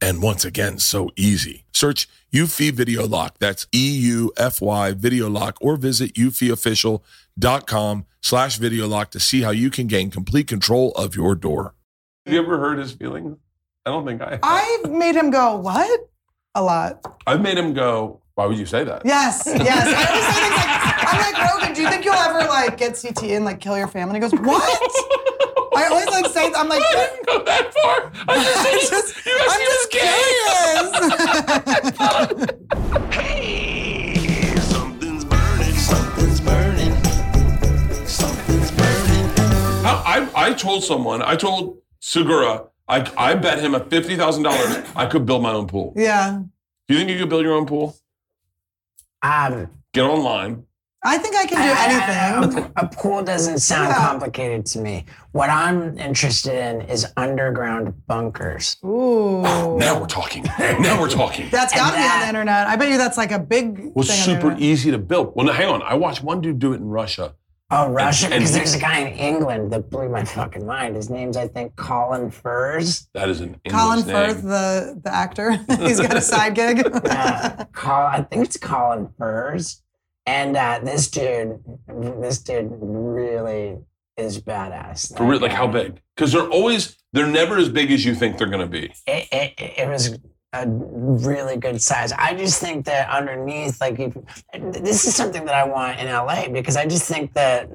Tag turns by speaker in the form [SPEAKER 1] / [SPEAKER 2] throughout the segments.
[SPEAKER 1] and once again, so easy. Search Eufy Video Lock. That's E U F Y Video Lock, or visit eufyofficial.com slash video lock to see how you can gain complete control of your door.
[SPEAKER 2] Have you ever heard his feelings? I don't think I. I
[SPEAKER 3] I've made him go, what? A lot.
[SPEAKER 2] have made him go. Why would you say that?
[SPEAKER 3] Yes, yes. I always say things like, I'm like, Rogan, do you think you'll ever like get CT and like kill your family? And he goes, what? I always like say, I'm like,
[SPEAKER 2] I didn't go that far. I just,
[SPEAKER 3] I'm
[SPEAKER 2] think
[SPEAKER 3] just,
[SPEAKER 2] you actually
[SPEAKER 3] I'm
[SPEAKER 2] was
[SPEAKER 3] just
[SPEAKER 2] gay.
[SPEAKER 3] curious.
[SPEAKER 4] Hey, something's burning, something's burning, something's burning.
[SPEAKER 2] How, I, I told someone. I told Segura. I, I bet him a fifty thousand dollars. I could build my own pool.
[SPEAKER 3] yeah.
[SPEAKER 2] Do you think you could build your own pool?
[SPEAKER 5] Um,
[SPEAKER 2] Get online.
[SPEAKER 3] I think I can do anything.
[SPEAKER 5] a pool doesn't sound
[SPEAKER 3] Yeah.
[SPEAKER 5] complicated to me. What I'm interested in is underground bunkers.
[SPEAKER 3] Ooh.
[SPEAKER 2] Now we're talking. Now we're talking.
[SPEAKER 3] That's got to be on the
[SPEAKER 5] that-
[SPEAKER 3] internet. I bet you that's like a
[SPEAKER 2] was
[SPEAKER 3] big thing on the
[SPEAKER 2] super
[SPEAKER 3] internet.
[SPEAKER 2] easy to build. Well, now, hang on. I watched one dude do it in Russia.
[SPEAKER 5] Oh, Russia,
[SPEAKER 2] and-
[SPEAKER 5] because there's a guy in England that blew my fucking mind. His name's, I think, Colin Furs.
[SPEAKER 2] That is an English
[SPEAKER 3] Colin
[SPEAKER 2] name.
[SPEAKER 3] Firth, the, the actor, he's got a side gig.
[SPEAKER 5] Uh, Col- I think it's Colin Furs. And uh, this dude, this dude really is badass. uh,
[SPEAKER 2] For real, like how big? Because they're always they're never as big as you think they're gonna be.
[SPEAKER 5] it, it, it was a really good size. I just think that underneath, like, if, this is something that I want in LA because I just think that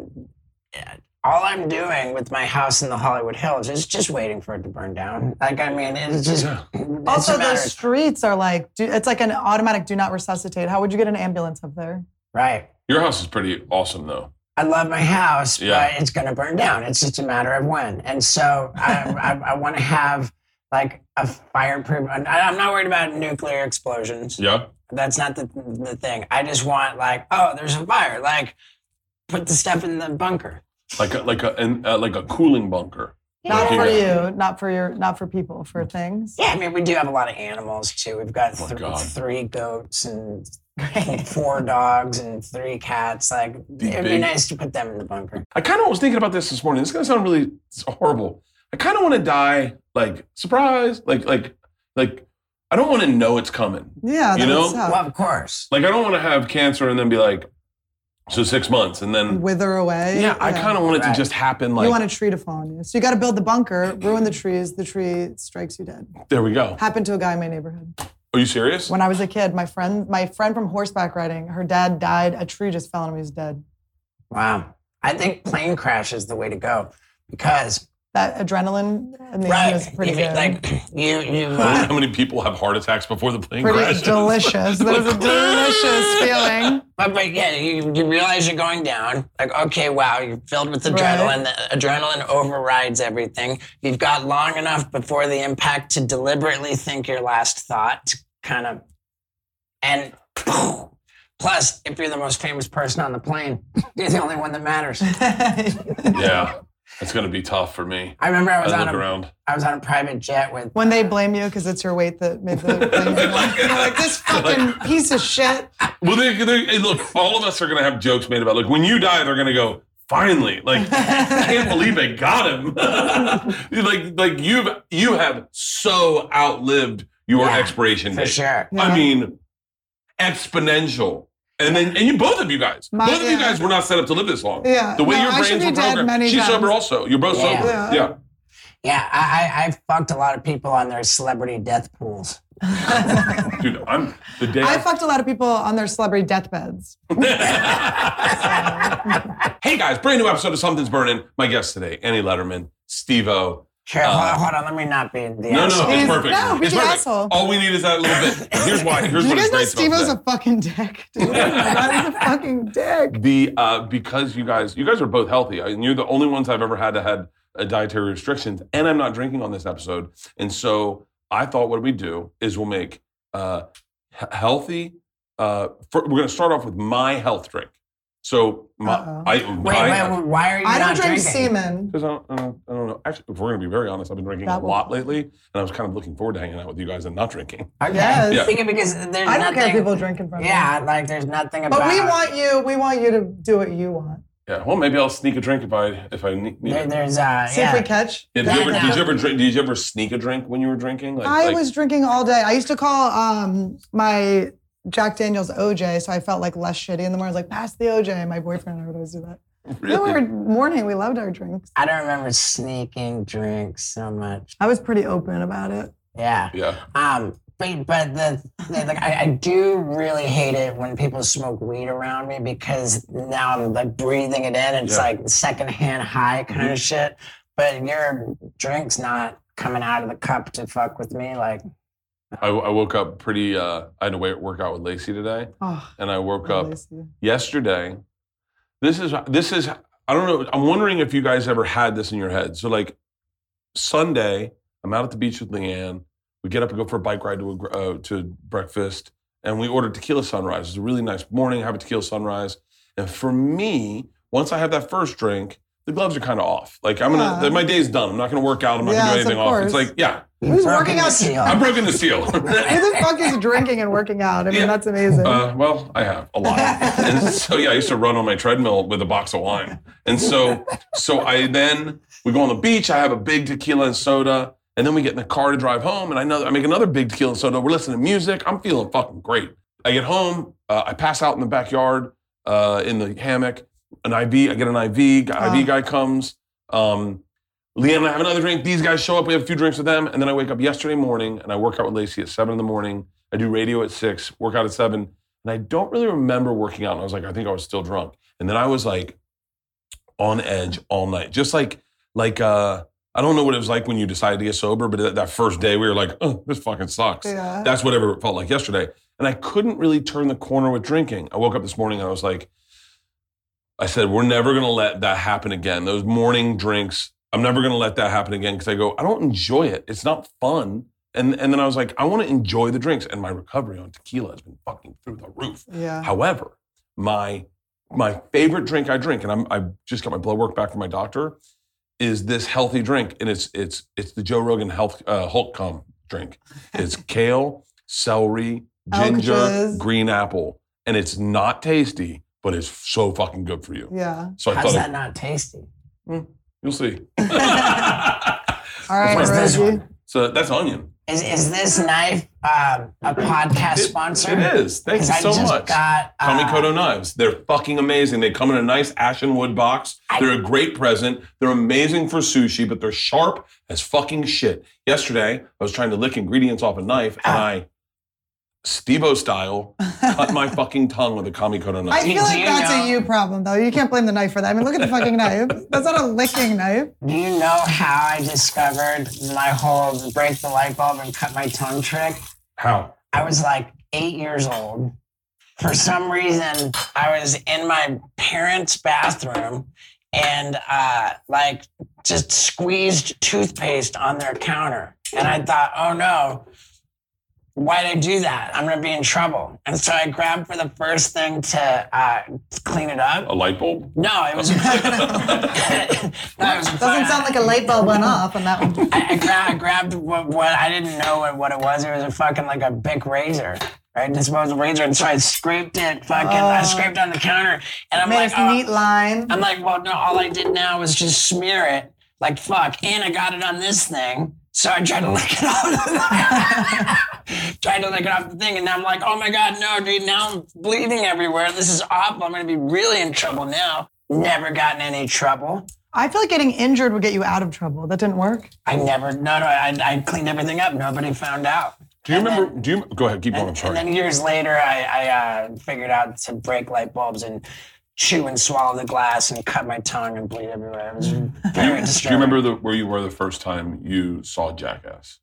[SPEAKER 5] all I'm doing with my house in the Hollywood Hills is just waiting for it to burn down. Like, I mean, it's just. It's
[SPEAKER 3] also,
[SPEAKER 5] a matter,
[SPEAKER 3] those streets are like, do, it's like an automatic do not resuscitate. How would you get an ambulance up there?
[SPEAKER 5] right.
[SPEAKER 2] Your house is pretty awesome though.
[SPEAKER 5] I love my house,
[SPEAKER 2] Yeah.
[SPEAKER 5] but it's going to burn down. It's just a matter of when. And so I, I, I want to have like a fireproof. I- I'm not worried about nuclear explosions.
[SPEAKER 2] Yeah.
[SPEAKER 5] That's not the, the thing. I just want like, oh, there's a fire. Like, put the stuff in the bunker.
[SPEAKER 2] Like a, like a an, uh, like a cooling bunker.
[SPEAKER 3] Not
[SPEAKER 2] Like,
[SPEAKER 3] for
[SPEAKER 2] yeah.
[SPEAKER 3] you, not for your, not for people, for things.
[SPEAKER 5] Yeah, I mean, we do have a lot of animals too. We've got
[SPEAKER 2] Oh my
[SPEAKER 5] thr-
[SPEAKER 2] God.
[SPEAKER 5] three goats and four dogs and three cats. Like, it'd be
[SPEAKER 2] big-
[SPEAKER 5] nice to put them in the bunker.
[SPEAKER 2] I kind of was thinking about this this morning. This is gonna sound really horrible. I kind of want to die like surprise, like like like I don't want to know it's coming.
[SPEAKER 3] Yeah,
[SPEAKER 2] You
[SPEAKER 3] that
[SPEAKER 2] know,
[SPEAKER 3] would suck.
[SPEAKER 5] Well, of course.
[SPEAKER 2] Like I don't want to have cancer and then be like, so six months and then
[SPEAKER 3] wither away.
[SPEAKER 2] yeah, I kind of want it to
[SPEAKER 5] Right.
[SPEAKER 2] just happen.
[SPEAKER 3] You
[SPEAKER 2] Like
[SPEAKER 3] want a tree to fall on you, so you got to build the bunker, ruin the trees. The tree strikes you dead.
[SPEAKER 2] there we go.
[SPEAKER 3] Happened to a guy in my neighborhood
[SPEAKER 2] Are you serious?
[SPEAKER 3] when I was a kid. My friend, my friend from horseback riding, her dad died. A tree just fell on him. He was dead.
[SPEAKER 5] Wow. I think plane crash is the way to go because
[SPEAKER 3] That adrenaline in the
[SPEAKER 5] right,
[SPEAKER 3] end is pretty
[SPEAKER 5] if
[SPEAKER 3] good.
[SPEAKER 5] it- like you you uh,
[SPEAKER 2] How many people have heart attacks before the plane
[SPEAKER 3] pretty
[SPEAKER 2] crashes?
[SPEAKER 3] delicious. That was a delicious feeling.
[SPEAKER 5] But, but yeah, you, you realize you're going down. Like, okay, wow, you're filled with adrenaline. The adrenaline overrides everything. You've got long enough before the impact to deliberately think your last thought, to kind of, and plus, if you're the most famous person on the plane, you're the only one that matters.
[SPEAKER 2] Yeah, that's gonna be tough for me.
[SPEAKER 5] I remember I was
[SPEAKER 2] I
[SPEAKER 5] on
[SPEAKER 2] look
[SPEAKER 5] a,
[SPEAKER 2] around.
[SPEAKER 5] I was on a private jet with
[SPEAKER 3] when
[SPEAKER 2] Uh,
[SPEAKER 3] they blame you because it's your weight that made the blame. You're like this fucking piece of shit.
[SPEAKER 2] Well, they, they, hey, look, all of us are going to have jokes made about, like, when you die, they're going to go, finally, like I can't believe I got him. like like you've you have so outlived your
[SPEAKER 5] Yeah,
[SPEAKER 2] expiration
[SPEAKER 5] for
[SPEAKER 2] date.
[SPEAKER 5] sure.
[SPEAKER 3] Yeah.
[SPEAKER 2] I mean, exponential. And then and you both of you guys,
[SPEAKER 3] My-
[SPEAKER 2] both of you
[SPEAKER 3] yeah.
[SPEAKER 2] guys were not set up to live this long.
[SPEAKER 3] Yeah.
[SPEAKER 2] The way
[SPEAKER 3] No,
[SPEAKER 2] your
[SPEAKER 3] I should
[SPEAKER 2] brains
[SPEAKER 3] be
[SPEAKER 2] were
[SPEAKER 3] dead
[SPEAKER 2] programmed.
[SPEAKER 3] many
[SPEAKER 2] She's
[SPEAKER 3] times.
[SPEAKER 2] sober also. You're both
[SPEAKER 5] Yeah.
[SPEAKER 2] sober.
[SPEAKER 3] Yeah.
[SPEAKER 2] yeah.
[SPEAKER 5] Yeah, I, I, I've fucked a lot of people on their celebrity death pools.
[SPEAKER 2] Dude, I'm the day
[SPEAKER 3] I fucked a lot of people on their celebrity deathbeds.
[SPEAKER 2] Hey guys, brand new episode of Something's Burning. My guest today, Annie Letterman, Steve O.
[SPEAKER 5] Sure, hold, on, hold on, let me not be the
[SPEAKER 2] No, no,
[SPEAKER 5] asshole.
[SPEAKER 2] Oh, it's
[SPEAKER 3] He's-
[SPEAKER 2] perfect.
[SPEAKER 3] no, be
[SPEAKER 2] it's
[SPEAKER 3] the
[SPEAKER 2] perfect.
[SPEAKER 3] asshole.
[SPEAKER 2] All we need is that little bit. Here's why. Here's
[SPEAKER 3] Did
[SPEAKER 2] what
[SPEAKER 3] you guys
[SPEAKER 2] is
[SPEAKER 3] know
[SPEAKER 2] nice
[SPEAKER 3] Steve was
[SPEAKER 2] about
[SPEAKER 3] a fucking dick? Dude, that is a fucking dick.
[SPEAKER 2] that. the uh, because you guys you guys are both healthy, and you're the only ones I've ever had that had uh, dietary restrictions, and I'm not drinking on this episode. And so I thought what we do is we'll make uh, he- healthy. Uh, fir- we're going to start off with my health drink. So my,
[SPEAKER 3] Uh-oh.
[SPEAKER 2] I
[SPEAKER 5] Wait,
[SPEAKER 2] I-
[SPEAKER 5] wait, wait, why are you
[SPEAKER 3] I don't
[SPEAKER 5] not
[SPEAKER 3] drink
[SPEAKER 5] drinking?
[SPEAKER 3] semen.
[SPEAKER 2] Because I don't, I, don't, uh, I don't know. Actually, if we're going to be very honest, I've been drinking
[SPEAKER 3] That
[SPEAKER 2] a
[SPEAKER 3] will-
[SPEAKER 2] lot lately, and I was kind of looking forward to hanging out with you guys and not drinking.
[SPEAKER 5] Okay.
[SPEAKER 3] Yes. Yeah.
[SPEAKER 5] Thinking because there's
[SPEAKER 3] I don't
[SPEAKER 5] nothing.
[SPEAKER 3] care if people drink in front of me.
[SPEAKER 5] yeah, like there's nothing about.
[SPEAKER 3] But we want you. We want you to do what you want.
[SPEAKER 2] Yeah. Well, maybe I'll sneak a drink if I if I need. need
[SPEAKER 5] There,
[SPEAKER 2] it.
[SPEAKER 5] there's uh,
[SPEAKER 3] See
[SPEAKER 5] yeah.
[SPEAKER 3] if we catch.
[SPEAKER 2] Yeah, did, you ever,
[SPEAKER 5] Yeah.
[SPEAKER 2] did you ever drink? Did you ever sneak a drink when you were drinking? Like,
[SPEAKER 3] I
[SPEAKER 2] like-
[SPEAKER 3] was drinking all day. I used to call um, my Jack Daniels OJ, so I felt like less shitty in the morning. I was like, pass the OJ. My boyfriend and I would always do that. Then we were morning. We loved our drinks.
[SPEAKER 5] I don't remember sneaking drinks so much.
[SPEAKER 3] I was pretty open about it.
[SPEAKER 5] Yeah.
[SPEAKER 2] Yeah.
[SPEAKER 5] Um, but but the, the like I, I do really hate it when people smoke weed around me because now I'm like breathing it in. It's
[SPEAKER 2] Yeah. Mm-hmm.
[SPEAKER 5] like secondhand high kind of shit. But your drink's not coming out of the cup to fuck with me. Like
[SPEAKER 2] I, I woke up pretty. Uh, I had to wait, work out with Lacey today,
[SPEAKER 3] Oh,
[SPEAKER 2] and I woke up
[SPEAKER 3] Lacey.
[SPEAKER 2] yesterday. This is this is I don't know. I'm wondering if you guys ever had this in your head. So like Sunday, I'm out at the beach with Leanne. We get up and go for a bike ride to a, gr- uh, to breakfast, and we order tequila sunrise. It's a really nice morning. Have a tequila sunrise, and for me, once I have that first drink, the gloves are kind of off. Like I'm gonna,
[SPEAKER 3] Yeah.
[SPEAKER 2] my day's done. I'm not gonna work out. I'm not
[SPEAKER 3] Yes,
[SPEAKER 2] gonna do
[SPEAKER 3] of
[SPEAKER 2] anything off. It's
[SPEAKER 3] course.
[SPEAKER 2] like yeah,
[SPEAKER 3] Who's
[SPEAKER 5] broken
[SPEAKER 3] working
[SPEAKER 5] the
[SPEAKER 3] out?
[SPEAKER 5] seal.
[SPEAKER 2] I'm broken the seal.
[SPEAKER 3] Who the fuck is drinking and working out? I mean,
[SPEAKER 2] Yeah.
[SPEAKER 3] that's amazing.
[SPEAKER 2] Uh, well, I have a lot. and so yeah, I used to run on my treadmill with a box of wine. And so so I then we go on the beach. I have a big tequila and soda, and then we get in the car to drive home. And I know I make another big tequila and soda. We're listening to music. I'm feeling fucking great. I get home. Uh, I pass out in the backyard uh, in the hammock. An IV. I get an IV.
[SPEAKER 3] Oh.
[SPEAKER 2] IV guy comes. Um, Leanne and I have another drink. These guys show up. We have a few drinks with them. And then I wake up yesterday morning and I work out with Lacey at seven in the morning. I do radio at six, work out at seven. And I don't really remember working out. And I was like, I think I was still drunk. And then I was like on edge all night. Just like, like, uh, I don't know what it was like when you decided to get sober, but that, that first day we were like, oh, this fucking sucks.
[SPEAKER 3] yeah.
[SPEAKER 2] That's whatever it felt like yesterday. And I couldn't really turn the corner with drinking. I woke up this morning and I was like, I said, we're never going to let that happen again. Those morning drinks, I'm never going to let that happen again because I go, I don't enjoy it. It's not fun. And, and then I was like, I want to enjoy the drinks. And my recovery on tequila has been fucking through the roof.
[SPEAKER 3] yeah.
[SPEAKER 2] However, my my favorite drink I drink, and I'm, I just got my blood work back from my doctor, is this healthy drink, and it's it's it's the Joe Rogan health uh, Hulk cum drink. It's kale, celery, ginger,
[SPEAKER 3] Alcatraz.
[SPEAKER 2] green apple, and it's not tasty, but it's so fucking good for you.
[SPEAKER 3] Yeah.
[SPEAKER 2] So I
[SPEAKER 5] how's
[SPEAKER 2] thought
[SPEAKER 5] that
[SPEAKER 2] it,
[SPEAKER 5] not tasty?
[SPEAKER 2] you'll see.
[SPEAKER 3] All right,
[SPEAKER 5] What's this
[SPEAKER 3] Rosie.
[SPEAKER 2] so that's onion.
[SPEAKER 5] Is is this knife um, a podcast sponsor?
[SPEAKER 2] It is. Thank you
[SPEAKER 5] 'Cause I
[SPEAKER 2] so
[SPEAKER 5] just
[SPEAKER 2] much.
[SPEAKER 5] Got, uh,
[SPEAKER 2] Tommy Koto knives. They're fucking amazing. They come in a nice ashen wood box. They're a great present. They're amazing for sushi, but they're sharp as fucking shit. Yesterday, I was trying to lick ingredients off a knife and I, Stevo style, cut my fucking tongue with a Kami Koto
[SPEAKER 3] I
[SPEAKER 2] knife.
[SPEAKER 5] Do
[SPEAKER 3] feel like
[SPEAKER 5] you
[SPEAKER 3] that's
[SPEAKER 5] know-
[SPEAKER 3] a you problem, though. You can't blame the knife for that. I mean, look at the fucking knife. That's not a licking knife.
[SPEAKER 5] Do you know how I discovered my whole break the light bulb and cut my tongue trick?
[SPEAKER 2] How?
[SPEAKER 5] I was like eight years old. For some reason, I was in my parents' bathroom and uh, like just squeezed toothpaste on their counter. And I thought, oh no, why'd I do that? I'm gonna be in trouble. And so I grabbed for the first thing to uh, clean it up.
[SPEAKER 2] A light bulb?
[SPEAKER 5] No, it was. no, it was a fire.
[SPEAKER 3] Doesn't sound like a light bulb went off on that one.
[SPEAKER 5] I, I, gra- I grabbed what, what I didn't know what, what it was. It was a fucking like a big razor, right? Disposable razor. And so I scraped it, fucking, I scraped on the counter. And I'm
[SPEAKER 3] Nice
[SPEAKER 5] like,
[SPEAKER 2] uh,
[SPEAKER 5] oh.
[SPEAKER 3] neat line.
[SPEAKER 5] I'm like, well, no, all I did now was just smear it like fuck. And I got it on this thing. So I tried to lick it off. tried to lick it off the thing. And I'm like, oh my God, no, dude, now I'm bleeding everywhere. This is awful. I'm going to be really in trouble now. Never gotten any trouble.
[SPEAKER 3] I feel like getting injured would get you out of trouble. That didn't work.
[SPEAKER 5] I never, no, no, I, I cleaned everything up. Nobody found out.
[SPEAKER 2] Do you remember? Do you go ahead? Keep going. I'm
[SPEAKER 5] And
[SPEAKER 2] sorry.
[SPEAKER 5] then years later, I, I uh, figured out to break light bulbs and chew and swallow the glass and cut my tongue and bleed everywhere. It was very
[SPEAKER 2] Do
[SPEAKER 5] disturbing.
[SPEAKER 2] you remember the, where you were the first time you saw Jackass?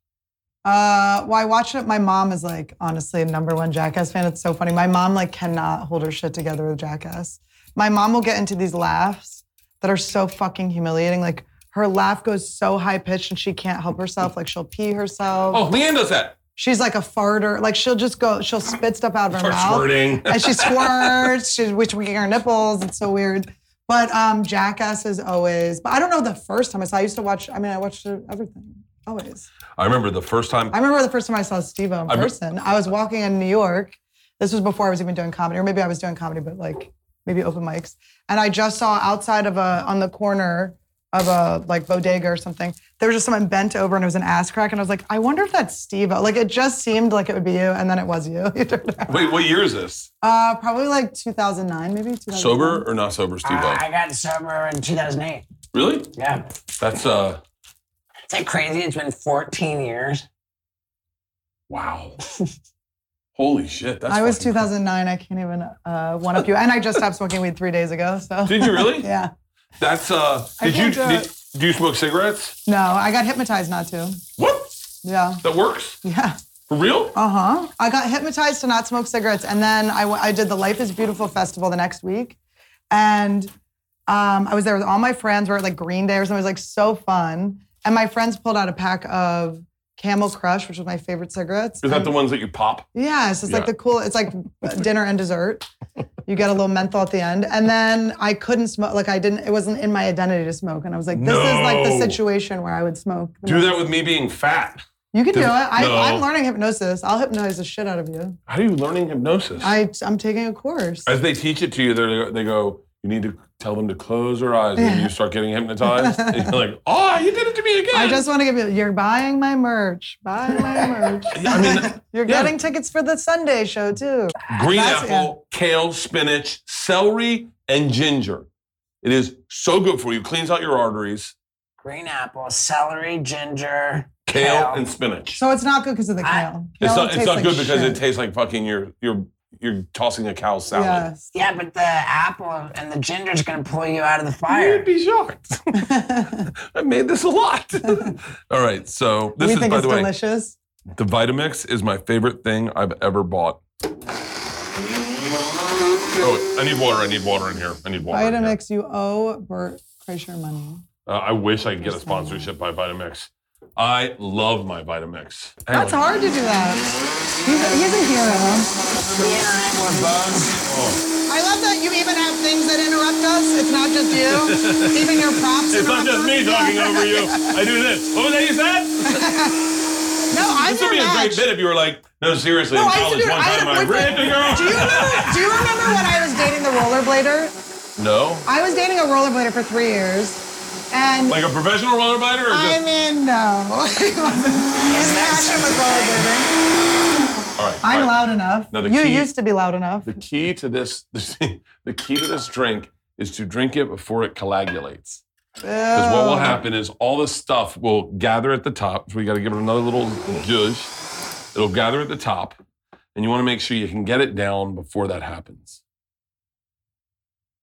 [SPEAKER 3] Uh, well, I watched it. My mom is like honestly a number one Jackass fan. It's so funny. My mom like cannot hold her shit together with Jackass. My mom will get into these laughs that are so fucking humiliating. Like her laugh goes so high pitched and she can't help herself. Like she'll pee herself.
[SPEAKER 2] Oh, Leanne does that.
[SPEAKER 3] She's like a farter. Like she'll just go. She'll spit stuff out of her
[SPEAKER 2] Starts
[SPEAKER 3] mouth.
[SPEAKER 2] squirting.
[SPEAKER 3] and she squirts. She's wishing her nipples. It's so weird. But um, Jackass is always. But I don't know the first time I saw. I used to watch. I mean, I watched everything always.
[SPEAKER 2] I remember the first time.
[SPEAKER 3] I remember the first time I saw Steve in
[SPEAKER 2] I'm-
[SPEAKER 3] person. I was walking in New York. This was before I was even doing comedy, or maybe I was doing comedy, but like maybe open mics. And I just saw outside of a on the corner of a like bodega or something. There was just someone bent over, and it was an ass crack. And I was like, I wonder if that's Steve. Like it just seemed like it would be you, and then it was you. You turned around.
[SPEAKER 2] Wait, what year is this?
[SPEAKER 3] uh, probably like 2009, maybe. 2010.
[SPEAKER 2] Sober or not sober, Steve?
[SPEAKER 5] Uh, I got sober in 2008.
[SPEAKER 2] really?
[SPEAKER 5] Yeah.
[SPEAKER 2] That's uh.
[SPEAKER 5] Is that crazy? It's been 14 years.
[SPEAKER 2] Wow. Holy shit. That's
[SPEAKER 3] I was
[SPEAKER 2] fucking
[SPEAKER 3] 2009. I can't even uh, one up you. And I just stopped smoking weed three days ago. So
[SPEAKER 2] Did you really?
[SPEAKER 3] yeah.
[SPEAKER 2] That's uh.
[SPEAKER 3] I
[SPEAKER 2] Did you
[SPEAKER 3] can't do
[SPEAKER 2] did, do you smoke cigarettes?
[SPEAKER 3] No, I got hypnotized not to.
[SPEAKER 2] What?
[SPEAKER 3] Yeah.
[SPEAKER 2] That works
[SPEAKER 3] Yeah.
[SPEAKER 2] for real?
[SPEAKER 3] Uh huh. I got hypnotized to not smoke cigarettes, and then I, w- I did the Life Is Beautiful festival the next week, and um, I was there with all my friends. We are at like Green Day or something. It was like so fun, and my friends pulled out a pack of Camel Crush, which was my favorite cigarettes.
[SPEAKER 2] Is that the ones that you pop?
[SPEAKER 3] Yeah, it's just
[SPEAKER 2] Yeah.
[SPEAKER 3] like the cool. It's like dinner and dessert. You get a little menthol at the end, and then I couldn't smoke. Like I didn't. It wasn't in my identity to smoke, and I was like, this is
[SPEAKER 2] No.
[SPEAKER 3] like the situation where I would smoke.
[SPEAKER 2] Do that with me being fat.
[SPEAKER 3] You can do it. I,
[SPEAKER 2] No.
[SPEAKER 3] I'm learning hypnosis. I'll hypnotize the shit out of you.
[SPEAKER 2] How are you learning hypnosis?
[SPEAKER 3] I, I'm taking a course.
[SPEAKER 2] As they teach it to you, they're- they go, you need to tell them to close their eyes, and you start getting hypnotized. and you're like, oh, you did it to me again.
[SPEAKER 3] I just want to give you. You're buying my merch. Buy my merch.
[SPEAKER 2] I mean,
[SPEAKER 3] You're
[SPEAKER 2] yeah.
[SPEAKER 3] getting tickets for the Sunday show too.
[SPEAKER 2] green
[SPEAKER 3] That's-
[SPEAKER 2] apple, kale, spinach, celery, and ginger. It is so good for you. Cleans out your arteries.
[SPEAKER 5] Green apple, celery, ginger,
[SPEAKER 2] Kale,
[SPEAKER 5] kale.
[SPEAKER 2] and spinach.
[SPEAKER 3] So it's not good because of the
[SPEAKER 5] I-
[SPEAKER 3] kale.
[SPEAKER 2] it's
[SPEAKER 3] Kale
[SPEAKER 2] not, it's
[SPEAKER 3] tastes
[SPEAKER 2] not
[SPEAKER 3] like
[SPEAKER 2] good because
[SPEAKER 3] shit.
[SPEAKER 2] it tastes like fucking you're you're you're tossing a cow's salad.
[SPEAKER 3] Yes.
[SPEAKER 5] yeah, but the apple and the ginger's going to pull you out of the fire.
[SPEAKER 2] You'd be shocked. I made this a lot. All right, so this
[SPEAKER 3] we
[SPEAKER 2] is
[SPEAKER 3] think
[SPEAKER 2] by
[SPEAKER 3] it's
[SPEAKER 2] the way, Oh,
[SPEAKER 3] delicious.
[SPEAKER 2] the Vitamix is my favorite thing I've ever bought. Oh, wait, I need water. I need water in here. I need water. in here.
[SPEAKER 3] Vitamix, you owe Bert Kreischer money.
[SPEAKER 2] Uh, I wish I could get a sponsorship by Vitamix. I love my Vitamix. Hang
[SPEAKER 3] That's
[SPEAKER 2] on.
[SPEAKER 3] hard to do that. He's a, he's a hero.
[SPEAKER 5] Me and I were both.
[SPEAKER 2] Oh.
[SPEAKER 3] I love that you even have things that interrupt us. It's not just you. even your props.
[SPEAKER 2] It's not
[SPEAKER 3] interrupt
[SPEAKER 2] just
[SPEAKER 3] us.
[SPEAKER 2] me talking
[SPEAKER 3] Yeah.
[SPEAKER 2] over you. I do this. What was that you said?
[SPEAKER 3] No, I'm
[SPEAKER 2] This would be a great
[SPEAKER 3] match.
[SPEAKER 2] bit if you were like, no, seriously,
[SPEAKER 3] No,
[SPEAKER 2] in
[SPEAKER 3] I used to
[SPEAKER 2] college
[SPEAKER 3] do it.
[SPEAKER 2] one
[SPEAKER 3] I had
[SPEAKER 2] time
[SPEAKER 3] a
[SPEAKER 2] I raped
[SPEAKER 3] boyfriend.
[SPEAKER 2] a girl.
[SPEAKER 3] Do you remember? Do you remember when I was dating the rollerblader?
[SPEAKER 2] No?
[SPEAKER 3] I was dating a rollerblader for three years, and
[SPEAKER 2] Like a professional rollerblader or
[SPEAKER 3] I
[SPEAKER 2] just.
[SPEAKER 3] mean, no, he wasn't. His passion was rollerblading.
[SPEAKER 2] All right. all
[SPEAKER 3] I'm
[SPEAKER 2] right.
[SPEAKER 3] loud enough.
[SPEAKER 2] Now the
[SPEAKER 3] you
[SPEAKER 2] key-
[SPEAKER 3] used to be loud enough.
[SPEAKER 2] The key to this, the key to this drink is to drink it before it coagulates. Because what will happen is all this stuff will gather at the top. So we got to give it another little zhuzh. It'll gather at the top, and you want to make sure you can get it down before that happens.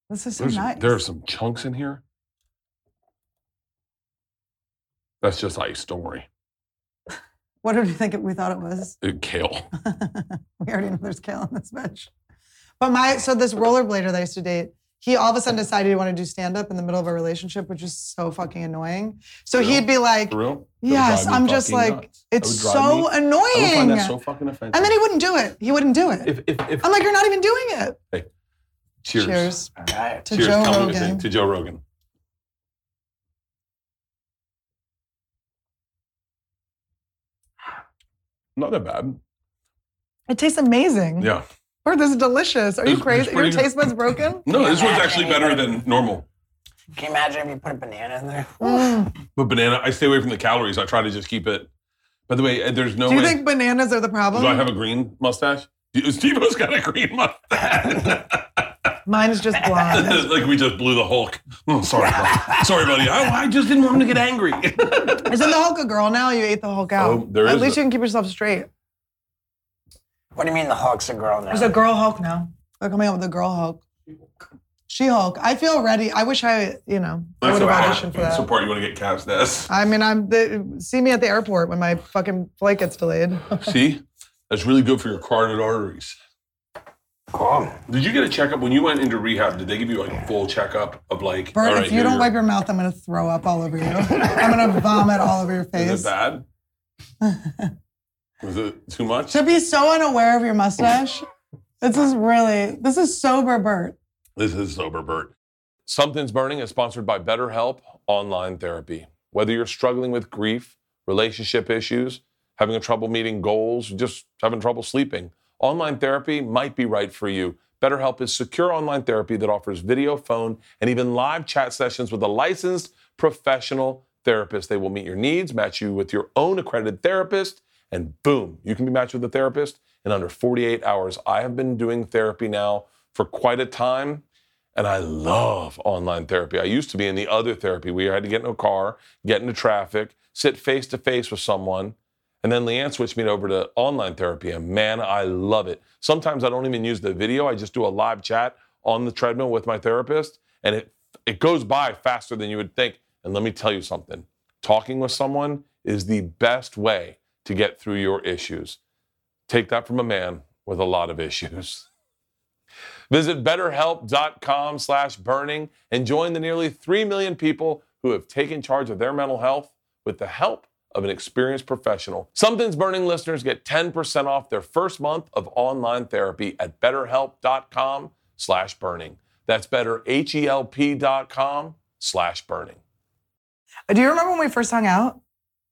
[SPEAKER 3] This is so
[SPEAKER 2] There's-
[SPEAKER 3] nice.
[SPEAKER 2] There are some chunks in here. That's just ice. Don't worry.
[SPEAKER 3] What did we think it, we thought it was?
[SPEAKER 2] Uh, Kale.
[SPEAKER 3] we already know there's kale in this bitch. But my so this rollerblader that I used to date, he all of a sudden decided he wanted to do stand up in the middle of a relationship, which is so fucking annoying. So
[SPEAKER 2] Really?
[SPEAKER 3] he'd be like,
[SPEAKER 2] For real? That would
[SPEAKER 3] Yes,
[SPEAKER 2] drive me
[SPEAKER 3] I'm just
[SPEAKER 2] fucking
[SPEAKER 3] like,
[SPEAKER 2] nuts. That
[SPEAKER 3] it's
[SPEAKER 2] would drive
[SPEAKER 3] so
[SPEAKER 2] me-
[SPEAKER 3] annoying.
[SPEAKER 2] I would find that so fucking offensive.
[SPEAKER 3] and then he wouldn't do it. He wouldn't do it.
[SPEAKER 2] if if if
[SPEAKER 3] I'm like, you're not even doing it.
[SPEAKER 2] cheers.
[SPEAKER 3] Cheers.
[SPEAKER 5] Right.
[SPEAKER 3] To
[SPEAKER 2] Cheers,
[SPEAKER 3] Joe
[SPEAKER 2] Tell me what you
[SPEAKER 3] Rogan.
[SPEAKER 2] think. to Joe Rogan. Not that bad.
[SPEAKER 3] Mm-hmm. It tastes amazing.
[SPEAKER 2] Yeah.
[SPEAKER 3] Or this is delicious. Are you
[SPEAKER 2] It's- it's
[SPEAKER 3] crazy? Your
[SPEAKER 2] pretty good.
[SPEAKER 3] taste buds broken?
[SPEAKER 2] No, this one's actually better than normal.
[SPEAKER 5] Can you imagine if you put a banana in there?
[SPEAKER 3] Mm.
[SPEAKER 2] But banana, I stay away from the calories. I try to just keep it. By the way, uh, there's no
[SPEAKER 3] Do you
[SPEAKER 2] way.
[SPEAKER 3] think bananas are the problem?
[SPEAKER 2] do I have a green mustache? Stevo's got a green mustache.
[SPEAKER 3] Mine is just blonde.
[SPEAKER 2] like we just blew the Hulk. Oh, sorry, buddy. sorry, buddy. I, I just didn't want him to get angry.
[SPEAKER 3] Isn't the Hulk a girl now? You ate the Hulk out.
[SPEAKER 2] Oh, there
[SPEAKER 3] At
[SPEAKER 2] is
[SPEAKER 3] least
[SPEAKER 2] a-
[SPEAKER 3] you can keep yourself straight.
[SPEAKER 5] What do you mean the Hulk's a girl now?
[SPEAKER 3] There's a girl Hulk now. They're coming out with a girl Hulk. She Hulk. I feel ready. I wish I, you know, I would have auditioned for
[SPEAKER 2] That's the
[SPEAKER 3] that.
[SPEAKER 2] part you want to get cast as.
[SPEAKER 3] I mean, I'm the, see me at the airport when my fucking flight gets delayed.
[SPEAKER 2] See, that's really good for your carotid arteries.
[SPEAKER 5] Cool.
[SPEAKER 2] Did you get a checkup when you went into rehab? Did they give you like a full checkup of like?
[SPEAKER 3] Bert,
[SPEAKER 2] all right,
[SPEAKER 3] if you
[SPEAKER 2] here-
[SPEAKER 3] don't wipe your mouth, I'm gonna throw up all over you. I'm gonna vomit all over your
[SPEAKER 2] is it
[SPEAKER 3] face.
[SPEAKER 2] bad? Was it too much?
[SPEAKER 3] To be so unaware of your mustache, this is really this is sober Bert.
[SPEAKER 2] This is Sober Bert. Something's Burning is sponsored by BetterHelp Online Therapy. Whether you're struggling with grief, relationship issues, having trouble meeting goals, just having trouble sleeping, online therapy might be right for you. BetterHelp is secure online therapy that offers video, phone, and even live chat sessions with a licensed professional therapist. They will meet your needs, match you with your own accredited therapist, and boom, you can be matched with a therapist in under 48 hours. I have been doing therapy now for quite a time, and I love online therapy. I used to be in the other therapy where you had to get in a car, get into traffic, sit face to face with someone. And then Leanne switched me over to online therapy, and man, I love it. Sometimes I don't even use the video, I just do a live chat on the treadmill with my therapist, and it, it goes by faster than you would think. And let me tell you something talking with someone is the best way to get through your issues. Take that from a man with a lot of issues. Visit betterhelp.com slash burning and join the nearly 3 million people who have taken charge of their mental health with the help of an experienced professional. Something's Burning listeners get 10% off their first month of online therapy at betterhelp.com slash burning. That's better, H-E-L-P dot com slash burning.
[SPEAKER 3] Do you remember when we first hung out?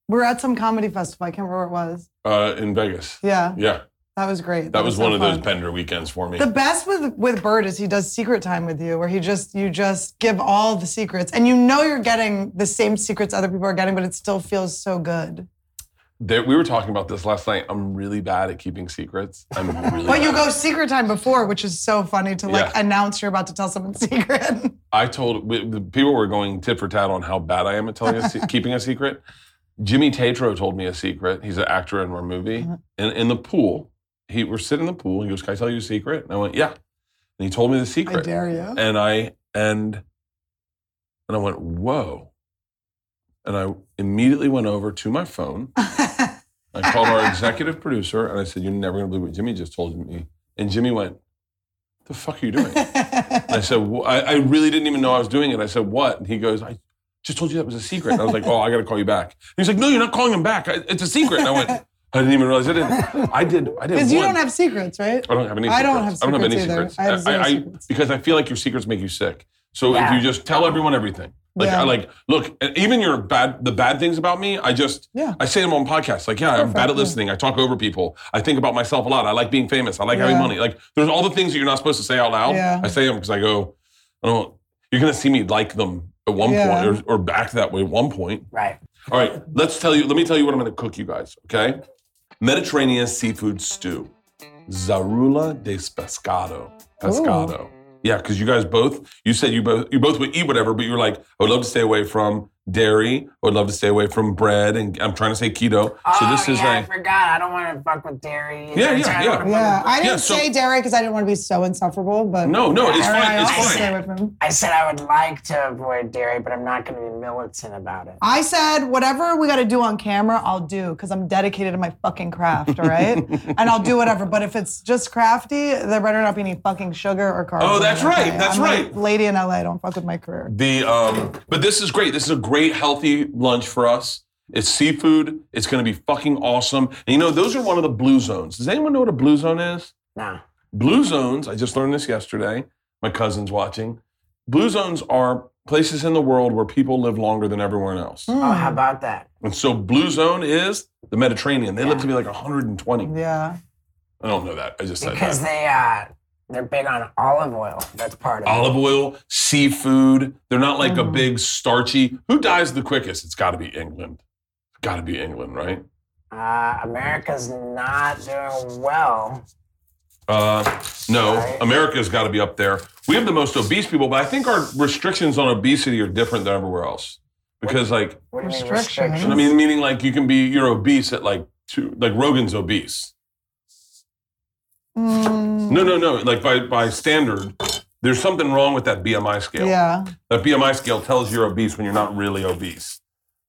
[SPEAKER 3] We were at some comedy festival. I can't remember where it was.
[SPEAKER 2] Uh, in Vegas.
[SPEAKER 3] Yeah,
[SPEAKER 2] Yeah,
[SPEAKER 3] that was great.
[SPEAKER 2] that was one
[SPEAKER 3] so
[SPEAKER 2] of those
[SPEAKER 3] fun.
[SPEAKER 2] bender weekends for me.
[SPEAKER 3] The best with with Bird is he does secret time with you, where he just you just give all the secrets, and you know you're getting the same secrets other people are getting, but it still feels so good.
[SPEAKER 2] There, we were talking about this last night. I'm really bad at keeping secrets. I'm really
[SPEAKER 3] But you
[SPEAKER 2] bad.
[SPEAKER 3] go secret time before, which is so funny to like
[SPEAKER 2] Yeah.
[SPEAKER 3] announce you're about to tell someone secret.
[SPEAKER 2] I told we, the people were going tit for tat on how bad I am at telling a se- keeping a secret. Jimmy Tatro told me a secret. He's an actor in our movie.
[SPEAKER 3] Uh-huh.
[SPEAKER 2] In, in the pool, he we're sitting in the pool. And he goes, "Can I tell you a secret?" And I went, "Yeah." And he told me the
[SPEAKER 3] I
[SPEAKER 2] secret.
[SPEAKER 3] dare you.
[SPEAKER 2] and I and and I went, "Whoa!" And I immediately went over to my phone I called our executive producer and I said, You're never going to believe what Jimmy just told me. And Jimmy went, The fuck are you doing? And I said, "Wh- I, I really didn't even know I was doing it. I said, What? And he goes, I just told you that was a secret. And I was like, Oh, I got to call you back. And he's like, No, you're not calling him back. I, it's a secret. And I went, I didn't even realize I did. I did. I did.
[SPEAKER 3] Because you
[SPEAKER 2] one.
[SPEAKER 3] don't have secrets, right?
[SPEAKER 2] I don't have any.
[SPEAKER 3] I
[SPEAKER 2] Secrets.
[SPEAKER 3] don't have
[SPEAKER 2] I don't have any
[SPEAKER 3] secrets either.
[SPEAKER 2] secrets.
[SPEAKER 3] I have zero secrets.
[SPEAKER 2] because I feel like your secrets make you sick. So if
[SPEAKER 5] Yeah.
[SPEAKER 2] you just tell everyone everything, like
[SPEAKER 3] Yeah.
[SPEAKER 2] I like, look, and even your bad, the bad things about me, I just,
[SPEAKER 3] Yeah.
[SPEAKER 2] I say them on podcasts. Like, yeah, I'm
[SPEAKER 3] Perfect,
[SPEAKER 2] bad at
[SPEAKER 3] yeah.
[SPEAKER 2] listening. I talk over people. I think about myself a lot. I like being famous. I like having
[SPEAKER 3] Yeah.
[SPEAKER 2] money. Like, there's all the things that you're not supposed to say out loud.
[SPEAKER 3] Yeah.
[SPEAKER 2] I say them because I go, I don't. You're gonna see me like them at one
[SPEAKER 3] Yeah.
[SPEAKER 2] point, or, or back that way at one point.
[SPEAKER 5] Right.
[SPEAKER 2] All right, let's tell you. Let me tell you what I'm going to cook you guys. Okay, Mediterranean seafood stew, zarula de pescado. Pescado. Yeah, because you guys both, you said you both, you both would eat whatever, but you were like, I would love to stay away from dairy. I would love to stay away from bread, and I'm trying to say keto. so this
[SPEAKER 5] oh,
[SPEAKER 2] is
[SPEAKER 5] yeah,
[SPEAKER 2] a
[SPEAKER 5] I forgot. I don't want to fuck with dairy. either,
[SPEAKER 2] Yeah, yeah,
[SPEAKER 5] so I
[SPEAKER 2] yeah.
[SPEAKER 5] don't wanna-
[SPEAKER 3] Yeah, I didn't
[SPEAKER 2] Yeah, so-
[SPEAKER 3] say dairy because I didn't want to be so insufferable, but
[SPEAKER 2] No, no, it's
[SPEAKER 3] I-
[SPEAKER 2] fine,
[SPEAKER 3] I
[SPEAKER 2] it's
[SPEAKER 3] also
[SPEAKER 2] fine.
[SPEAKER 3] stay away from them.
[SPEAKER 5] I said I would like to avoid dairy, but I'm not going to be militant about it.
[SPEAKER 3] I said, whatever we got to do on camera, I'll do because I'm dedicated to my fucking craft, all right? and I'll do whatever. But if it's just crafty, there better not be any fucking sugar or carbs.
[SPEAKER 2] Oh,
[SPEAKER 3] in
[SPEAKER 2] that's
[SPEAKER 3] it, okay?
[SPEAKER 2] right, that's
[SPEAKER 3] I'm a
[SPEAKER 2] right.
[SPEAKER 3] lady in LA, don't fuck with my career.
[SPEAKER 2] The um, but this is great. This is a great healthy lunch for us. It's seafood. It's going to be fucking awesome. And you know, those are one of the blue zones. Does anyone know what a blue zone is?
[SPEAKER 5] No.
[SPEAKER 2] Blue zones. I just learned this yesterday. My cousin's watching. Blue zones are places in the world where people live longer than everyone else.
[SPEAKER 3] Hmm.
[SPEAKER 5] Oh, how about that?
[SPEAKER 2] And so, blue zone is the Mediterranean. They live to be like 120.
[SPEAKER 3] Hmm, Yeah.
[SPEAKER 2] I don't know that. I just said
[SPEAKER 5] Because
[SPEAKER 2] that.
[SPEAKER 5] they uh, they're big on olive oil. That's part of it.
[SPEAKER 2] Olive oil, seafood. They're not like a big starchy. Who dies the quickest? It's got to be England. Got to be England, right?
[SPEAKER 5] Uh, America's not doing well.
[SPEAKER 2] Uh, no,
[SPEAKER 5] Right.
[SPEAKER 2] America's got to be up there. We have the most obese people, but I think our restrictions on obesity are different than everywhere else. Because, like,
[SPEAKER 5] What do you mean
[SPEAKER 3] Restrictions.
[SPEAKER 5] restrictions?
[SPEAKER 2] I mean, meaning like you can be you're obese at like two, like Rogan's obese.
[SPEAKER 3] Mm,
[SPEAKER 2] No, no, no. Like by by standard, there's something wrong with that BMI scale.
[SPEAKER 3] yeah.
[SPEAKER 2] That BMI scale tells you're obese when you're not really obese.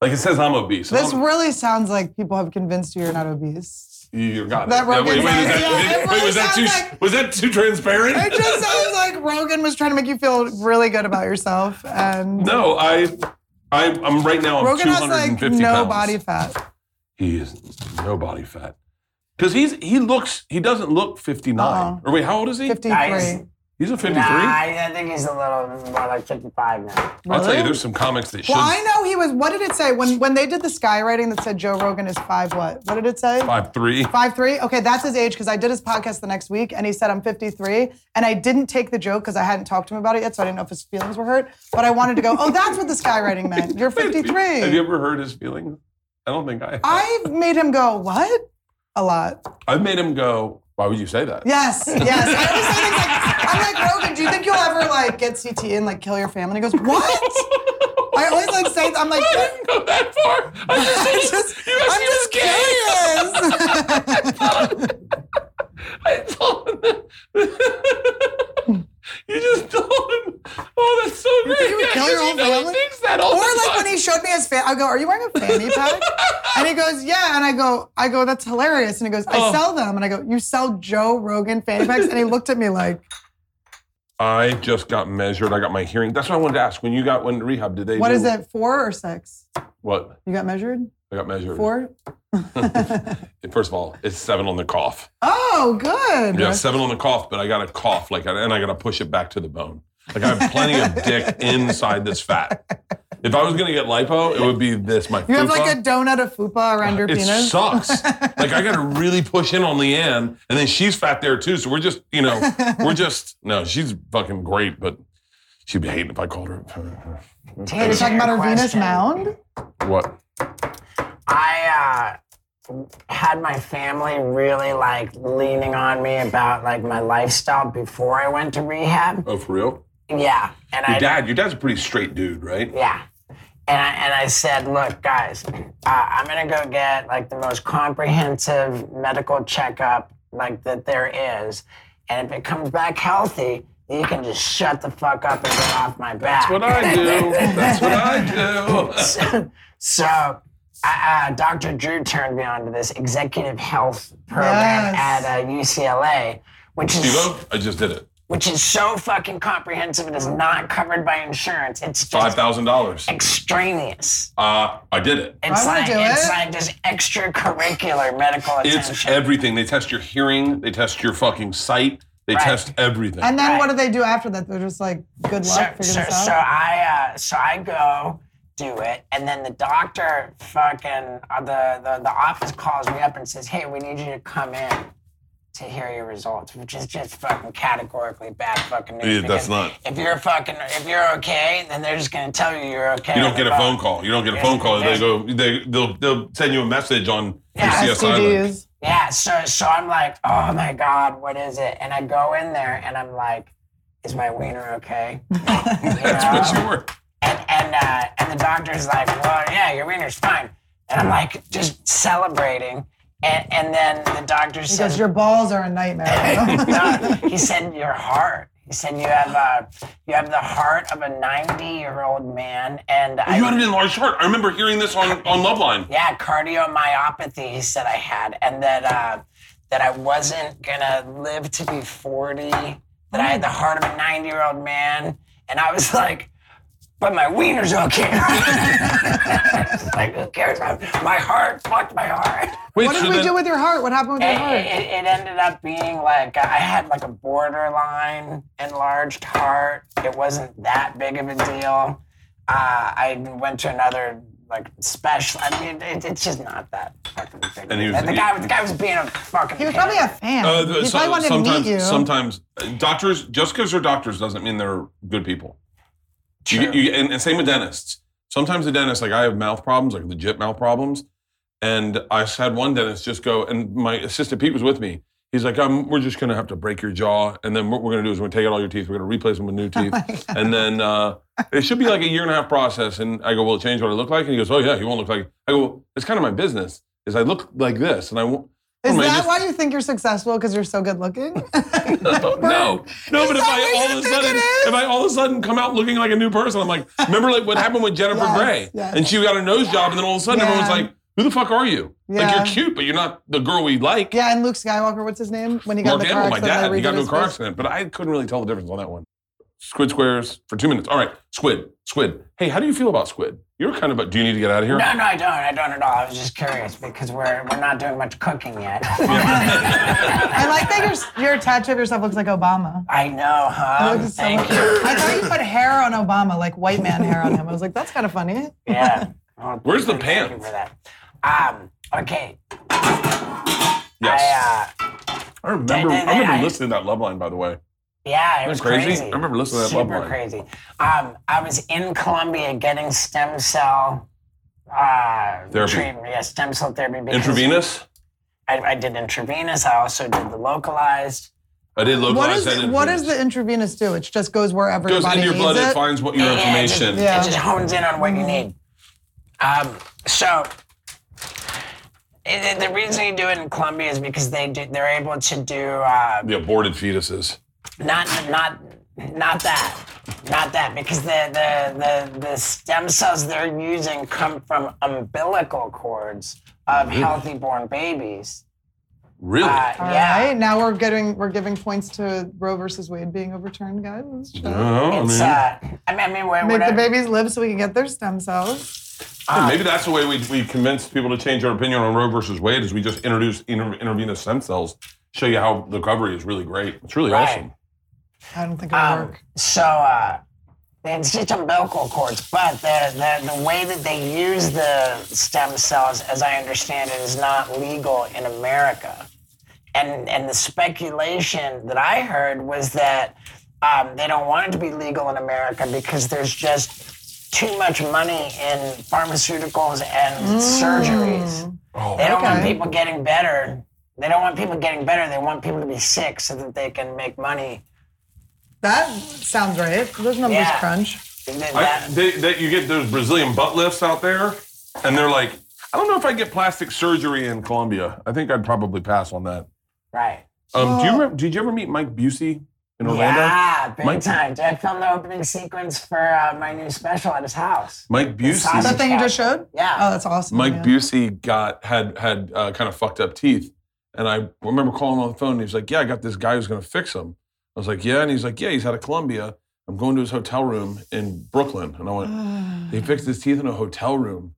[SPEAKER 2] Like it says I'm obese. and
[SPEAKER 3] This
[SPEAKER 2] I'm-
[SPEAKER 3] really sounds like people have convinced you you're not obese.
[SPEAKER 2] You- You got it.
[SPEAKER 3] That
[SPEAKER 2] Yeah, wait, wait, is
[SPEAKER 3] Rogan guy, yeah,
[SPEAKER 2] that,
[SPEAKER 3] it
[SPEAKER 2] wait,
[SPEAKER 3] really
[SPEAKER 2] was that too
[SPEAKER 3] sounds like-
[SPEAKER 2] was that too transparent?
[SPEAKER 3] It just sounds like Rogan was trying to make you feel really good about yourself. And
[SPEAKER 2] no, I, I, I'm right now. I'm
[SPEAKER 3] Rogan has like
[SPEAKER 2] 250
[SPEAKER 3] no
[SPEAKER 2] pounds.
[SPEAKER 3] body fat.
[SPEAKER 2] He is no body fat. Because he's he looks he doesn't look 59.
[SPEAKER 3] Uh-uh.
[SPEAKER 2] Or wait, how old is he?
[SPEAKER 3] 53.
[SPEAKER 5] Nice.
[SPEAKER 2] He's a 53.
[SPEAKER 5] Nah, I, I think he's a little more like 55 now.
[SPEAKER 2] I'll tell you,
[SPEAKER 3] Really?
[SPEAKER 2] there's some comics that should
[SPEAKER 3] Well, I know he was. What did it say when when they did the skywriting that said Joe Rogan is five? What? What did it say?
[SPEAKER 2] five three.
[SPEAKER 3] Five three. Okay, that's his age because I did his podcast the next week and he said I'm 53 and I didn't take the joke because I hadn't talked to him about it yet, so I didn't know if his feelings were hurt. But I wanted to go. Oh, that's what the skywriting meant. You're 53.
[SPEAKER 2] Have you ever heard his feelings? I don't think I. I
[SPEAKER 3] I've made him go what? A lot.
[SPEAKER 2] have made him go. Why would you say that?
[SPEAKER 3] Yes, yes. I always say things like, I'm like Rogan. Do you think you'll ever like get CT and like kill your family? And he goes, what? I always like say I'm like.
[SPEAKER 2] I didn't go that far. I just,
[SPEAKER 3] I'm just,
[SPEAKER 2] you must
[SPEAKER 3] I'm
[SPEAKER 2] be
[SPEAKER 3] just
[SPEAKER 2] gay.
[SPEAKER 3] curious.
[SPEAKER 2] I told him that. you just told him. Oh, that's so great.
[SPEAKER 3] think he would
[SPEAKER 2] Yeah,
[SPEAKER 3] kill
[SPEAKER 2] 'cause
[SPEAKER 3] your
[SPEAKER 2] you
[SPEAKER 3] whole
[SPEAKER 2] know he
[SPEAKER 3] family?
[SPEAKER 2] thinks that all
[SPEAKER 3] Or
[SPEAKER 2] the
[SPEAKER 3] like
[SPEAKER 2] time.
[SPEAKER 3] when he showed me his fan, I go, "Are you wearing a fanny pack?" and he goes, "Yeah." And I go, "I go, that's hilarious." And he goes, "I
[SPEAKER 2] Oh.
[SPEAKER 3] sell them." And I go, "You sell Joe Rogan fanny packs?" And he looked at me like,
[SPEAKER 2] I just got measured. I got my hearing. That's what I wanted to ask. When you got went to rehab, did they?
[SPEAKER 3] "What
[SPEAKER 2] do,
[SPEAKER 3] is it? Four or six?
[SPEAKER 2] What
[SPEAKER 3] You got measured?
[SPEAKER 2] I got measured.
[SPEAKER 3] Four?
[SPEAKER 2] First of all, it's seven on the cough.
[SPEAKER 3] Oh, good.
[SPEAKER 2] Yeah, seven on the cough, but I got to cough like, and I got to push it back to the bone. Like I have plenty of dick inside this fat. If I was gonna get lipo, it would be this. My
[SPEAKER 3] You have
[SPEAKER 2] fupa.
[SPEAKER 3] like a donut of fupa around your
[SPEAKER 2] It
[SPEAKER 3] penis.
[SPEAKER 2] sucks. like I gotta really push in on Leanne, and then she's fat there too. So we're just, you know, we're just no. She's fucking great, but she'd be hating if I called her.
[SPEAKER 5] Taylor,
[SPEAKER 3] You're talking about her Venus
[SPEAKER 5] question.
[SPEAKER 3] mound.
[SPEAKER 2] What?
[SPEAKER 5] I uh, had my family really like leaning on me about like my lifestyle before I went to rehab.
[SPEAKER 2] Oh, for real?
[SPEAKER 5] Yeah, and
[SPEAKER 2] Your
[SPEAKER 5] I
[SPEAKER 2] dad. Your dad's a pretty straight dude, right?
[SPEAKER 5] yeah, and I and I said, look, guys, uh, I'm gonna go get like the most comprehensive medical checkup like that there is, and if it comes back healthy. You can just shut the fuck up and get off my back.
[SPEAKER 2] That's what I do. That's what I do.
[SPEAKER 5] So, I, uh, Dr. Drew turned me on to this executive health program
[SPEAKER 3] Yes.
[SPEAKER 5] at uh, UCLA, which is
[SPEAKER 2] Devo, I just did it.
[SPEAKER 5] which is so fucking comprehensive. It is not covered by insurance. It's
[SPEAKER 2] Five
[SPEAKER 5] just
[SPEAKER 2] thousand dollars.
[SPEAKER 5] extraneous.
[SPEAKER 2] Uh, I did it.
[SPEAKER 5] It's
[SPEAKER 3] I wanna
[SPEAKER 5] like
[SPEAKER 3] do
[SPEAKER 5] it's
[SPEAKER 3] it.
[SPEAKER 5] like just extracurricular medical
[SPEAKER 2] It's
[SPEAKER 5] attention.
[SPEAKER 2] everything. They test your hearing. They test your fucking sight. They
[SPEAKER 5] Right.
[SPEAKER 2] test everything.
[SPEAKER 3] And then
[SPEAKER 5] Right.
[SPEAKER 3] what do they do after that? They're just like, "Good
[SPEAKER 5] so,
[SPEAKER 3] luck, figure
[SPEAKER 5] so,
[SPEAKER 3] this
[SPEAKER 5] so
[SPEAKER 3] out."
[SPEAKER 5] I uh, so I go do it, and then the doctor fucking uh, the, the the office calls me up and says, "Hey, we need you to come in to hear your results," which is just fucking categorically bad fucking news.
[SPEAKER 2] Yeah, that's not-
[SPEAKER 5] because If you're fucking if you're okay, then they're just gonna tell you you're okay.
[SPEAKER 2] You
[SPEAKER 5] on
[SPEAKER 2] don't
[SPEAKER 5] the
[SPEAKER 2] get a phone call. You don't get a phone call. They
[SPEAKER 5] Yes.
[SPEAKER 2] go. They they'll they'll send you a message on
[SPEAKER 5] Yeah,
[SPEAKER 2] your CS Island.
[SPEAKER 3] STDs.
[SPEAKER 5] Yeah, so so I'm like, oh my god, what is it? And I go in there and I'm like, is my wiener okay?
[SPEAKER 2] That's what you were.
[SPEAKER 5] And, and and uh, and the doctor's like, well, yeah, your wiener's fine, and I'm like just celebrating, and and then the doctor
[SPEAKER 3] Because
[SPEAKER 5] says,
[SPEAKER 3] your balls are a nightmare.
[SPEAKER 5] no, he said your heart. He said you have uh, you have the heart of a 90 year old man, and I,
[SPEAKER 2] You had an enlarged heart. I remember hearing this on, on Loveline.
[SPEAKER 5] Um, yeah, cardiomyopathy. He said I had, and that uh, that I wasn't gonna live to be 40. That I had the heart of a 90 year old man, and I was like. But my wiener's okay. like, who cares? My, my heart, fuck my heart.
[SPEAKER 2] Wait,
[SPEAKER 3] what did
[SPEAKER 2] so
[SPEAKER 3] we
[SPEAKER 2] then-
[SPEAKER 3] do with your heart? What happened with your
[SPEAKER 5] It,
[SPEAKER 3] heart?
[SPEAKER 5] it, it ended up being like uh, I had like a borderline enlarged heart. It wasn't that big of a deal. Uh, I went to another like special. I mean, it, it's just not that fucking big.
[SPEAKER 2] And he was-
[SPEAKER 5] the guy, the guy was being a fucking.
[SPEAKER 3] he was probably a fan.
[SPEAKER 2] Uh,
[SPEAKER 3] he probably
[SPEAKER 2] so-
[SPEAKER 3] wanted to
[SPEAKER 2] sometimes,
[SPEAKER 3] meet you.
[SPEAKER 2] sometimes uh, doctors, just because they're doctors doesn't mean they're good people. You
[SPEAKER 5] True.
[SPEAKER 2] get- you- and, and same with dentists. Sometimes the dentist, like I have mouth problems, like legit mouth problems. And I had one dentist just go, and my assistant Pete was with me. He's like, um, we're just gonna have to break your jaw, and then what we're gonna do is we're gonna take out all your teeth, we're gonna replace them with new teeth, and then uh, it should be like a year and a half process. And I go, well, change what I look like, and he goes, oh yeah, you won't look like. I go, it's kind of my business is I look like this, and I won't.
[SPEAKER 3] Is
[SPEAKER 2] Oh, man,
[SPEAKER 3] that
[SPEAKER 2] this-
[SPEAKER 3] why you think you're successful? Because you're so good looking?
[SPEAKER 2] no, no. But if
[SPEAKER 3] that what
[SPEAKER 2] I all of
[SPEAKER 3] you
[SPEAKER 2] a
[SPEAKER 3] think
[SPEAKER 2] sudden,
[SPEAKER 3] it is?
[SPEAKER 2] if I all of a sudden come out looking like a new person, I'm like, remember like what happened with Jennifer
[SPEAKER 3] Yes,
[SPEAKER 2] Grey,
[SPEAKER 3] yes.
[SPEAKER 2] and she got a nose job, and then all of a sudden
[SPEAKER 3] Yeah.
[SPEAKER 2] everyone's like, who the fuck are you? Like
[SPEAKER 3] Yeah.
[SPEAKER 2] you're cute, but you're not the girl we like.
[SPEAKER 3] yeah, and Luke Skywalker, what's his name? When he got
[SPEAKER 2] Mark
[SPEAKER 3] in the car
[SPEAKER 2] Hamill, my
[SPEAKER 3] accident,
[SPEAKER 2] dad,
[SPEAKER 3] they
[SPEAKER 2] he got
[SPEAKER 3] redid
[SPEAKER 2] into a
[SPEAKER 3] his
[SPEAKER 2] car
[SPEAKER 3] face.
[SPEAKER 2] accident, but I couldn't really tell the difference on that one. Squid squares for two minutes. All right, squid, squid. Hey, how do you feel about squid? You're kind of. a- Do you need to get out of here?
[SPEAKER 5] No, no, I don't. I don't at all. I was just curious because we're we're not doing much cooking yet.
[SPEAKER 3] I like that your, your tattoo of yourself looks like Obama.
[SPEAKER 5] I know, huh?
[SPEAKER 3] Looks so
[SPEAKER 5] Um, Thank
[SPEAKER 3] much-
[SPEAKER 5] you.
[SPEAKER 3] I thought you put hair on Obama, like white man hair on him. I was like, that's kind of funny.
[SPEAKER 5] Yeah. Oh,
[SPEAKER 2] Where's the
[SPEAKER 5] thank you
[SPEAKER 2] pants?
[SPEAKER 5] for that. Um. Okay.
[SPEAKER 2] Yes.
[SPEAKER 5] I. Uh,
[SPEAKER 2] I, remember.
[SPEAKER 5] They- they-
[SPEAKER 2] I remember
[SPEAKER 5] they- I-
[SPEAKER 2] listening to that love line, by the way.
[SPEAKER 5] Yeah, it was
[SPEAKER 2] Isn't that
[SPEAKER 5] crazy?
[SPEAKER 2] crazy? I remember listening to that
[SPEAKER 5] Super
[SPEAKER 2] Loveline.
[SPEAKER 5] crazy. Um, I was in Colombia getting stem cell uh,
[SPEAKER 2] Therapy.
[SPEAKER 5] treatment. Yeah, stem cell therapy. because
[SPEAKER 2] Intravenous.
[SPEAKER 5] I, I did intravenous. I also did the localized.
[SPEAKER 2] I did localize
[SPEAKER 3] What is
[SPEAKER 2] that.
[SPEAKER 3] what
[SPEAKER 2] intravenous.
[SPEAKER 3] does the intravenous do? It just goes wherever
[SPEAKER 2] goes
[SPEAKER 3] your body
[SPEAKER 2] into your
[SPEAKER 3] needs
[SPEAKER 2] blood, it,
[SPEAKER 3] it.
[SPEAKER 2] finds what your
[SPEAKER 5] Yeah, it just-
[SPEAKER 2] information.
[SPEAKER 3] Yeah.
[SPEAKER 5] It just hones in on what you need. Um, so it, it- the reason you do it in Colombia is because they do, they're able to do uh,
[SPEAKER 2] The aborted fetuses.
[SPEAKER 5] not not not that not that because the, the the the stem cells they're using come from umbilical cords of healthy born babies
[SPEAKER 2] Really?
[SPEAKER 5] uh,
[SPEAKER 3] All
[SPEAKER 5] yeah
[SPEAKER 3] right, now we're getting we're giving points to Roe versus Wade being overturned, guys. Let's
[SPEAKER 2] I
[SPEAKER 3] try.
[SPEAKER 2] don't know,
[SPEAKER 5] it's
[SPEAKER 2] Oh, man.
[SPEAKER 5] uh i mean, I mean where,
[SPEAKER 3] Make the
[SPEAKER 5] whatever.
[SPEAKER 3] babies live so we can get their stem cells.
[SPEAKER 2] Hey, Maybe that's the way we, we convince people to change their opinion on Roe versus Wade is we just introduce inter- intravenous stem cells, show you how the recovery is really great. It's really
[SPEAKER 5] Right.
[SPEAKER 2] awesome.
[SPEAKER 3] I don't think it'll
[SPEAKER 5] Um,
[SPEAKER 3] work.
[SPEAKER 5] So uh, it's just umbilical cords, but the, the the way that they use the stem cells, as I understand it, is not legal in America. And and the speculation that I heard was that um, they don't want it to be legal in America because there's just too much money in pharmaceuticals and surgeries. they don't want
[SPEAKER 3] okay.
[SPEAKER 5] people getting better. They don't want people getting better. They want people to be sick so that they can make money.
[SPEAKER 3] That sounds right. Those numbers
[SPEAKER 5] Yeah.
[SPEAKER 3] crunch.
[SPEAKER 5] That-
[SPEAKER 2] I, they, they, you get those Brazilian butt lifts out there, and they're like, I don't know if I get plastic surgery in Colombia. I think I'd probably pass on that.
[SPEAKER 5] Right.
[SPEAKER 2] Um, do you remember, did you ever meet Mike Busey in Orlando?
[SPEAKER 5] Yeah, big
[SPEAKER 2] Mike-
[SPEAKER 5] time. Dude, I filmed the opening sequence for uh, my new special at his house.
[SPEAKER 2] Mike
[SPEAKER 3] Is that
[SPEAKER 2] Busey.
[SPEAKER 5] sausage-
[SPEAKER 3] thing you just showed?
[SPEAKER 5] Yeah.
[SPEAKER 3] Oh, that's awesome.
[SPEAKER 2] Mike
[SPEAKER 3] man.
[SPEAKER 2] Busey got had had uh, kind of fucked up teeth, and I remember calling him on the phone. And he was like, "Yeah, I got this guy who's going to fix him." I was like, "Yeah," and he's like, "Yeah, he's out of Columbia. I'm going to his hotel room in Brooklyn." And I went, "They fixed his teeth in a hotel room."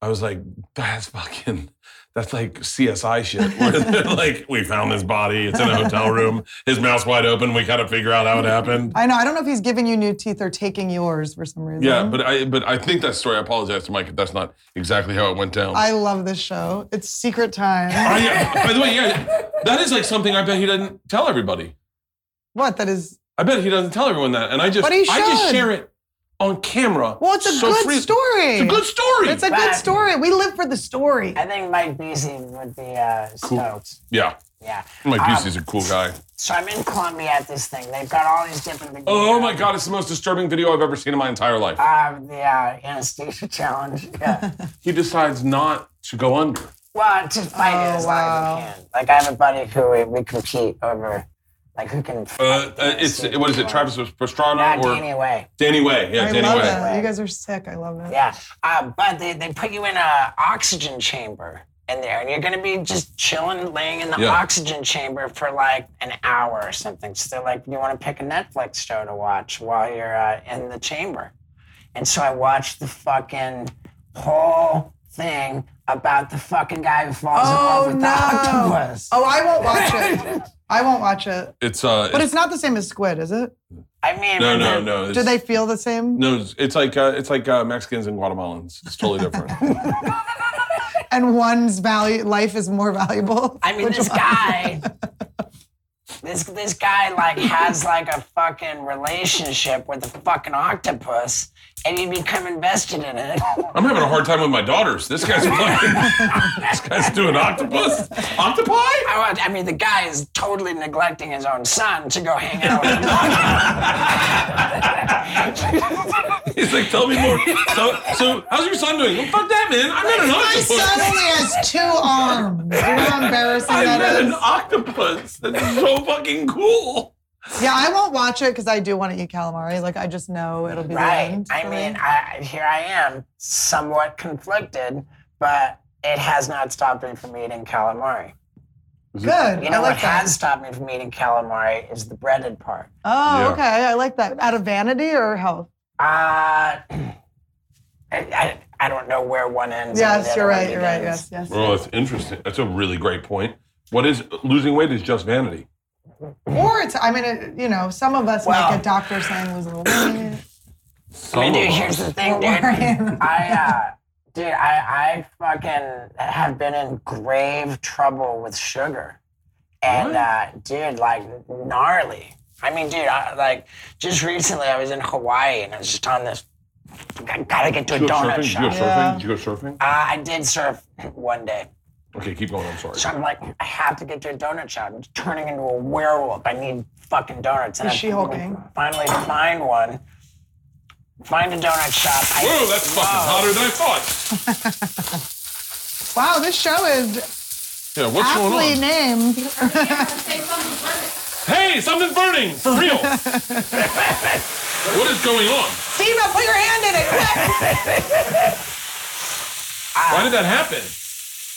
[SPEAKER 2] I was like, "That's fucking." That's like CSI shit. Where they're like, we found this body. It's in a hotel room. His mouth's wide open. We gotta figure out how it happened.
[SPEAKER 3] I know. I don't know if he's giving you new teeth or taking yours for some reason.
[SPEAKER 2] Yeah, but I but I think that story. I apologize to Mike if that's not exactly how it went down.
[SPEAKER 3] I love this show. It's secret time.
[SPEAKER 2] Oh, yeah. By the way, yeah, that is like something I bet he doesn't tell everybody.
[SPEAKER 3] what? That is.
[SPEAKER 2] I bet he doesn't tell everyone that, and I just
[SPEAKER 3] But he
[SPEAKER 2] I just
[SPEAKER 3] should.
[SPEAKER 2] share it on camera.
[SPEAKER 3] Well, it's a
[SPEAKER 2] so
[SPEAKER 3] good
[SPEAKER 2] free-
[SPEAKER 3] story.
[SPEAKER 2] It's a good story.
[SPEAKER 3] It's a good
[SPEAKER 5] Right.
[SPEAKER 3] story. We live for the story.
[SPEAKER 5] I think Mike Beasley would be uh, stoked.
[SPEAKER 2] yeah,
[SPEAKER 5] Yeah.
[SPEAKER 2] Mike
[SPEAKER 3] Ah.
[SPEAKER 5] Um,
[SPEAKER 2] Busey's a cool guy.
[SPEAKER 5] so I'm in Colombia at this thing. They've got all these different. Big
[SPEAKER 2] Oh my God, it's the most disturbing video I've ever seen in my entire life.
[SPEAKER 5] Uh, the uh, anesthesia challenge. Yeah.
[SPEAKER 2] He decides not to go under.
[SPEAKER 5] well, to fight
[SPEAKER 3] Oh,
[SPEAKER 5] it as long
[SPEAKER 3] wow.
[SPEAKER 5] as we can. Like I have a buddy who we, we compete over, like who can.
[SPEAKER 2] Uh, uh, it's what is it? Travis Pastrana
[SPEAKER 5] Not
[SPEAKER 2] or
[SPEAKER 5] Danny Way.
[SPEAKER 2] Danny Way? Yeah,
[SPEAKER 3] I
[SPEAKER 2] Danny
[SPEAKER 3] love
[SPEAKER 2] Way.
[SPEAKER 3] that. You guys are sick. I love that.
[SPEAKER 5] Yeah. Uh, but they, they put you in a oxygen chamber in there, and you're going to be just chilling, laying in the
[SPEAKER 2] Yeah.
[SPEAKER 5] oxygen chamber for like an hour or something. So they're like, you want to pick a Netflix show to watch while you're uh, in the chamber. And so I watched the fucking whole thing about the fucking guy who falls
[SPEAKER 3] Oh
[SPEAKER 5] in love with
[SPEAKER 3] no!
[SPEAKER 5] the octopus.
[SPEAKER 3] Oh, I won't watch it. I won't watch it.
[SPEAKER 2] It's uh,
[SPEAKER 3] But it's not the same as squid, is it?
[SPEAKER 5] I mean,
[SPEAKER 2] no,
[SPEAKER 5] and
[SPEAKER 2] no,
[SPEAKER 5] then-
[SPEAKER 2] no.
[SPEAKER 3] Do
[SPEAKER 2] it's-
[SPEAKER 3] they feel the same?
[SPEAKER 2] No, it's- it's like uh, it's like uh, Mexicans and Guatemalans. It's totally different.
[SPEAKER 3] And one's value, life is more valuable.
[SPEAKER 5] I mean, this guy, this this guy like has like a fucking relationship with a fucking octopus, and you become invested in it.
[SPEAKER 2] I'm having a hard time with my daughters. This guy's fucking. this guy's doing octopus. Octopi?
[SPEAKER 5] I, want- I mean, the guy is totally neglecting his own son to go hang out with. him.
[SPEAKER 2] He's like, tell me more. So, so how's your son doing? Well, fuck that, man. I met an
[SPEAKER 3] My
[SPEAKER 2] octopus.
[SPEAKER 3] son only has two arms. You know how embarrassing
[SPEAKER 2] I met
[SPEAKER 3] that
[SPEAKER 2] an
[SPEAKER 3] is?
[SPEAKER 2] octopus. That's so fucking cool.
[SPEAKER 3] Yeah, I won't watch it because I do want to eat calamari. Like, I just know it'll be the
[SPEAKER 5] Right.
[SPEAKER 3] end
[SPEAKER 5] I
[SPEAKER 3] for
[SPEAKER 5] mean,
[SPEAKER 3] me.
[SPEAKER 5] I, here I am, somewhat conflicted, but it has not stopped me from eating calamari.
[SPEAKER 3] good.
[SPEAKER 5] You know
[SPEAKER 3] I
[SPEAKER 5] what
[SPEAKER 3] like that.
[SPEAKER 5] has stopped me from eating calamari is the breaded part.
[SPEAKER 3] Oh,
[SPEAKER 2] Yeah.
[SPEAKER 3] okay. I like that. Out of vanity or health?
[SPEAKER 5] Uh, I, I, I don't know where one ends. and the
[SPEAKER 3] Yes,
[SPEAKER 5] other
[SPEAKER 3] you're
[SPEAKER 5] one
[SPEAKER 3] right. You're right.
[SPEAKER 5] begins.
[SPEAKER 3] Yes, yes.
[SPEAKER 2] Well, that's interesting. That's a really great point. What is losing weight is just vanity.
[SPEAKER 3] Or it's, I mean, it, you know, some of us
[SPEAKER 5] Well-
[SPEAKER 3] make a doctor saying lose a little weight.
[SPEAKER 2] Some
[SPEAKER 5] I mean, dude,
[SPEAKER 2] of
[SPEAKER 5] here's
[SPEAKER 2] us.
[SPEAKER 5] the thing, dude.
[SPEAKER 3] Lauren.
[SPEAKER 5] I, uh, dude, I, I fucking have been in grave trouble with sugar. And, uh, dude, like, gnarly. I mean, dude, I, like, just recently I was in Hawaii and I was just on this, I gotta get to a
[SPEAKER 2] Did you go
[SPEAKER 5] donut
[SPEAKER 2] surfing? Did you go
[SPEAKER 5] shop.
[SPEAKER 2] surfing?
[SPEAKER 3] Yeah.
[SPEAKER 2] Did you go surfing?
[SPEAKER 5] Uh, I did surf one day.
[SPEAKER 2] Okay, keep going. I'm sorry.
[SPEAKER 5] So I'm like, I have to get to a donut shop. I'm turning into a werewolf. I need fucking donuts. And
[SPEAKER 3] Is
[SPEAKER 5] I
[SPEAKER 3] she hulking?
[SPEAKER 5] finally find one. Find a donut shop. I,
[SPEAKER 2] Whoa, that's fucking hotter than I thought.
[SPEAKER 3] Wow, this show is
[SPEAKER 2] Yeah, what's
[SPEAKER 3] aptly
[SPEAKER 2] going on?
[SPEAKER 3] named.
[SPEAKER 2] Hey, something's burning for real. what is going on?
[SPEAKER 3] Tina, put your hand in it. quick.
[SPEAKER 2] Why did that happen?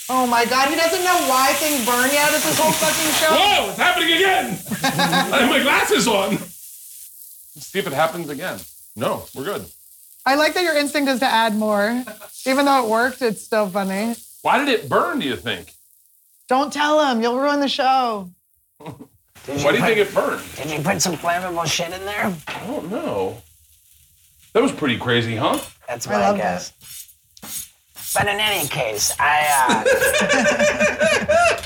[SPEAKER 3] oh my God, he doesn't know why things burn yet. It's this whole fucking show.
[SPEAKER 2] Whoa, it's happening again. I have my glasses on. See if it happens again. No, we're good.
[SPEAKER 3] I like that your instinct is to add more. Even though it worked, it's still funny.
[SPEAKER 2] Why did it burn? Do you think?
[SPEAKER 3] Don't tell him, you'll ruin the show.
[SPEAKER 2] Why do you think it burned?
[SPEAKER 5] did you put some flammable shit in there?
[SPEAKER 2] I don't know. That was pretty crazy, huh?
[SPEAKER 5] That's
[SPEAKER 3] I
[SPEAKER 5] my
[SPEAKER 3] love
[SPEAKER 5] guess. But in any case, I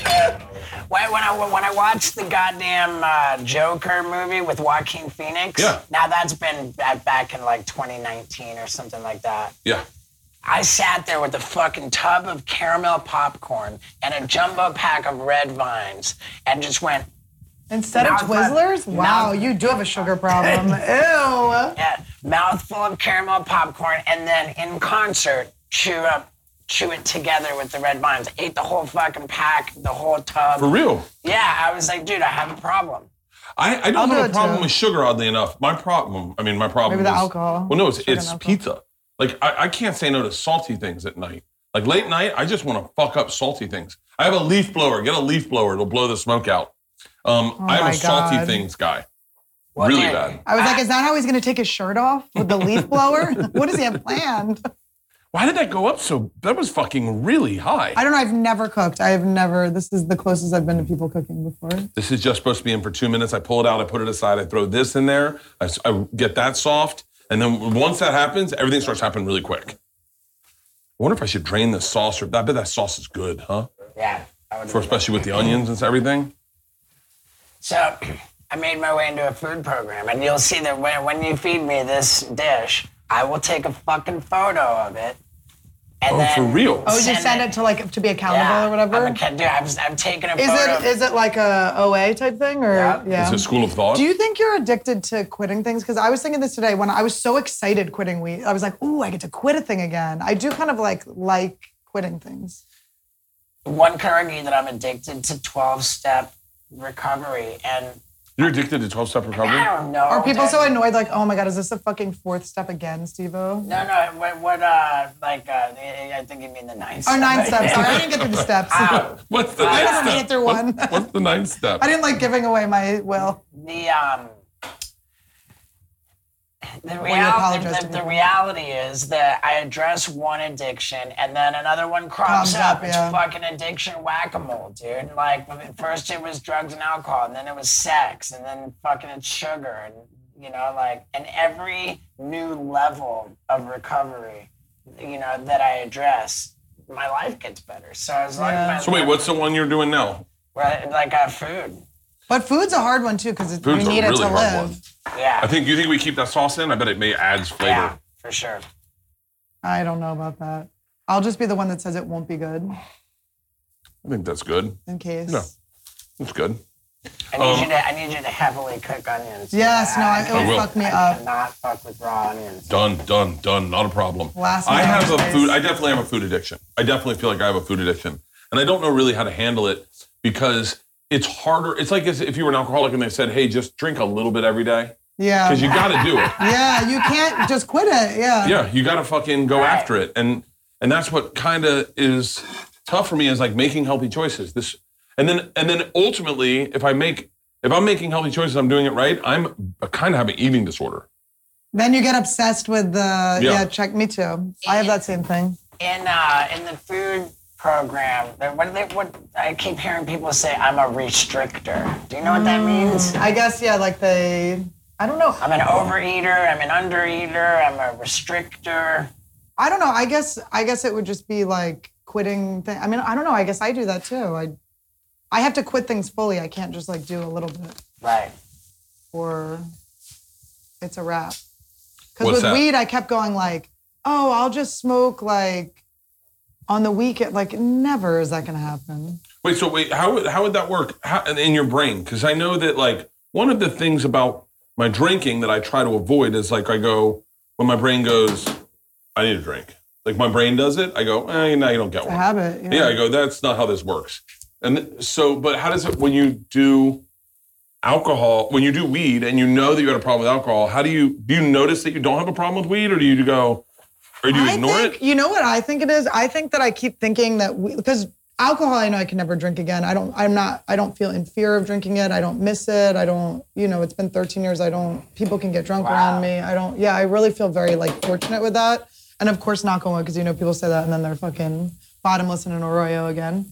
[SPEAKER 5] uh, when, when I when I watched the goddamn uh, Joker movie with Joaquin Phoenix.
[SPEAKER 2] Yeah.
[SPEAKER 5] Now that's been ba- back in like 2019 or something like that.
[SPEAKER 2] Yeah.
[SPEAKER 5] I sat there with a fucking tub of caramel popcorn and a jumbo pack of red vines and just went,
[SPEAKER 3] Instead of
[SPEAKER 5] Now it's not-
[SPEAKER 3] Twizzlers? Wow,
[SPEAKER 5] now-
[SPEAKER 3] you do have a sugar problem. Ew.
[SPEAKER 5] eh, mouthful of caramel popcorn and then in concert, chew up, chew it together with the red vines. Ate the whole fucking pack, the whole tub.
[SPEAKER 2] For real.
[SPEAKER 5] yeah, I was like, dude, I have a problem.
[SPEAKER 2] I, I don't
[SPEAKER 3] I'll do
[SPEAKER 2] have a
[SPEAKER 3] it
[SPEAKER 2] problem
[SPEAKER 3] too.
[SPEAKER 2] with sugar, oddly enough. My problem, I mean, my problem
[SPEAKER 3] Maybe the
[SPEAKER 2] is-
[SPEAKER 3] alcohol.
[SPEAKER 2] Well, no, it's,
[SPEAKER 3] Sugar and
[SPEAKER 2] it's
[SPEAKER 3] alcohol.
[SPEAKER 2] pizza. Like, I, I can't say no to salty things at night. Like, late night, I just want to fuck up salty things. I have a leaf blower. Get a leaf blower. It'll blow the smoke out. Um, I am
[SPEAKER 3] Oh my
[SPEAKER 2] a salty
[SPEAKER 3] God.
[SPEAKER 2] things guy.
[SPEAKER 5] Well,
[SPEAKER 2] really
[SPEAKER 5] dude,
[SPEAKER 2] bad.
[SPEAKER 3] I was like, is that how he's gonna take his shirt off with the leaf blower? what does he have planned?
[SPEAKER 2] Why did that go up so? That was fucking really high.
[SPEAKER 3] I don't know. I've never cooked. I have never. This is the closest I've been to people cooking before.
[SPEAKER 2] this is just supposed to be in for two minutes. I pull it out, I put it aside, I throw this in there, I, s- I get that soft. And then once that happens, everything starts happening really quick. I wonder if I should drain this sauce or I bet that sauce is good, huh?
[SPEAKER 5] Yeah. I would
[SPEAKER 2] For especially with the onions and everything.
[SPEAKER 5] So I made my way into a food program, and you'll see that when, when you feed me this dish, I will take a fucking photo of it And
[SPEAKER 2] Oh,
[SPEAKER 5] then
[SPEAKER 2] for real?
[SPEAKER 3] Oh, you
[SPEAKER 5] Send
[SPEAKER 3] send
[SPEAKER 5] it.
[SPEAKER 3] it to like to be accountable
[SPEAKER 5] yeah,
[SPEAKER 3] or whatever.
[SPEAKER 5] I'm, a, kid- dude, I'm, I'm taking a
[SPEAKER 3] Is
[SPEAKER 5] photo.
[SPEAKER 3] it is it like a OA type thing or
[SPEAKER 5] Yeah.
[SPEAKER 3] yeah?
[SPEAKER 2] It's a school of thought.
[SPEAKER 3] Do you think you're addicted to quitting things? Because I was thinking this today when I was so excited quitting weed. I was like, "Ooh, I get to quit a thing again." I do kind of like like quitting things.
[SPEAKER 5] one karaoke that I'm addicted to 12 step recovery. And
[SPEAKER 2] You're addicted to 12 step recovery?
[SPEAKER 5] I don't know.
[SPEAKER 3] Are people
[SPEAKER 5] dude.
[SPEAKER 3] so annoyed? Like, "Oh my god, is this the fucking fourth step again, Stevo?"
[SPEAKER 5] No, no. What, what uh, like, uh, I I think you mean the nine
[SPEAKER 3] Or
[SPEAKER 5] step.
[SPEAKER 3] Oh, nine steps. Sorry, I didn't get through the steps. I
[SPEAKER 5] Ow.
[SPEAKER 2] What's the
[SPEAKER 5] I
[SPEAKER 2] ninth
[SPEAKER 5] don't
[SPEAKER 2] step?
[SPEAKER 3] made it through
[SPEAKER 2] What's-
[SPEAKER 3] one.
[SPEAKER 2] What's the ninth step?
[SPEAKER 3] didn't like giving away my will.
[SPEAKER 5] the um the,
[SPEAKER 3] you
[SPEAKER 5] real,
[SPEAKER 3] apologize
[SPEAKER 5] the,
[SPEAKER 3] to
[SPEAKER 5] the
[SPEAKER 3] me.
[SPEAKER 5] reality is that I address one addiction and then another one crops
[SPEAKER 3] Comes
[SPEAKER 5] up.
[SPEAKER 3] up,
[SPEAKER 5] It's
[SPEAKER 3] yeah.
[SPEAKER 5] fucking addiction whack a mole, dude. Like, when it- first it was drugs and alcohol, and then it was sex, and then fucking it's sugar, and you know, like, and every new level of recovery, you know, that I address, my life gets better. So as long
[SPEAKER 3] Yeah.
[SPEAKER 5] as my
[SPEAKER 2] So wait, what's the one you're doing now?
[SPEAKER 5] right, like uh, food,
[SPEAKER 3] But food's a hard one too because we
[SPEAKER 2] Food's a
[SPEAKER 3] need
[SPEAKER 2] really
[SPEAKER 3] it to
[SPEAKER 2] hard
[SPEAKER 3] live.
[SPEAKER 2] one.
[SPEAKER 5] yeah,
[SPEAKER 2] I think you think we keep that sauce in? I bet it may adds flavor.
[SPEAKER 5] yeah, for sure.
[SPEAKER 3] I don't know about that. I'll just be the one that says it won't be good
[SPEAKER 2] I think that's good.
[SPEAKER 3] in case.
[SPEAKER 2] No. That's good.
[SPEAKER 5] I need
[SPEAKER 2] Um,
[SPEAKER 5] you to I need you to heavily cook onions.
[SPEAKER 3] Yes, no,
[SPEAKER 2] I
[SPEAKER 3] I, it'll
[SPEAKER 2] will.
[SPEAKER 3] fuck me
[SPEAKER 5] I
[SPEAKER 3] up.
[SPEAKER 5] cannot fuck with raw onions.
[SPEAKER 2] Done, done, done. Not a problem.
[SPEAKER 3] Last
[SPEAKER 2] I
[SPEAKER 3] night
[SPEAKER 2] have a
[SPEAKER 3] was-
[SPEAKER 2] food. I definitely have a food addiction. I definitely feel like I have a food addiction, and I don't know really how to handle it because it's harder. It's like as if you were an alcoholic and they said, "Hey, just drink a little bit every day,"
[SPEAKER 3] Yeah.
[SPEAKER 2] because you got to do it.
[SPEAKER 3] yeah, you can't just quit it. Yeah.
[SPEAKER 2] Yeah, you got to fucking go
[SPEAKER 5] Right.
[SPEAKER 2] after it, and and that's what kind of is tough for me is like making healthy choices. This and then and then ultimately, if I make if I'm making healthy choices, I'm doing it right. I'm I kind of have an eating disorder.
[SPEAKER 3] Then you get obsessed with the yeah.
[SPEAKER 2] Yeah.
[SPEAKER 3] check me too. I have that same thing.
[SPEAKER 5] In uh in the food program, there- what do they what I keep hearing people say I'm a restrictor. Do you know what
[SPEAKER 3] Mm.
[SPEAKER 5] that means?
[SPEAKER 3] I guess yeah, like they I don't know.
[SPEAKER 5] I'm an overeater, I'm an undereater, I'm a restrictor.
[SPEAKER 3] I don't know. I guess I guess it would just be like quitting thing. I mean, I don't know. I guess I do that too. I I have to quit things fully. I can't just like do a little bit
[SPEAKER 5] Right.
[SPEAKER 3] or it's a wrap. Because
[SPEAKER 2] What's
[SPEAKER 3] with
[SPEAKER 2] that?
[SPEAKER 3] weed, I kept going like, oh, I'll just smoke like on the weekend. Like never is that gonna happen.
[SPEAKER 2] Wait, so wait, how would- how would that work how, in your brain? Because I know that like one of the things about my drinking that I try to avoid is like I go when my brain goes, I need a drink. Like my brain does it. I go, eh, now you don't get
[SPEAKER 3] It's a
[SPEAKER 2] one.
[SPEAKER 3] habit. you know?
[SPEAKER 2] Yeah, I go, that's not how this works. And th- so, but how does it when you do alcohol, when you do weed, and you know that you had a problem with alcohol? How do you do? You notice that you don't have a problem with weed, or do you go, or do you
[SPEAKER 3] I
[SPEAKER 2] ignore
[SPEAKER 3] think,
[SPEAKER 2] it?
[SPEAKER 3] You know what I think it is? I think that I keep thinking that we, because alcohol, I know I can never drink again. I don't. I'm not. I don't feel in fear of drinking it. I don't miss it. I don't. You know, it's been 13 years. I don't. People can get drunk around me. I don't. Yeah, I really feel very like fortunate with that. And of course, knock on wood, because you know people say that, and then they're fucking bottomless in an arroyo again.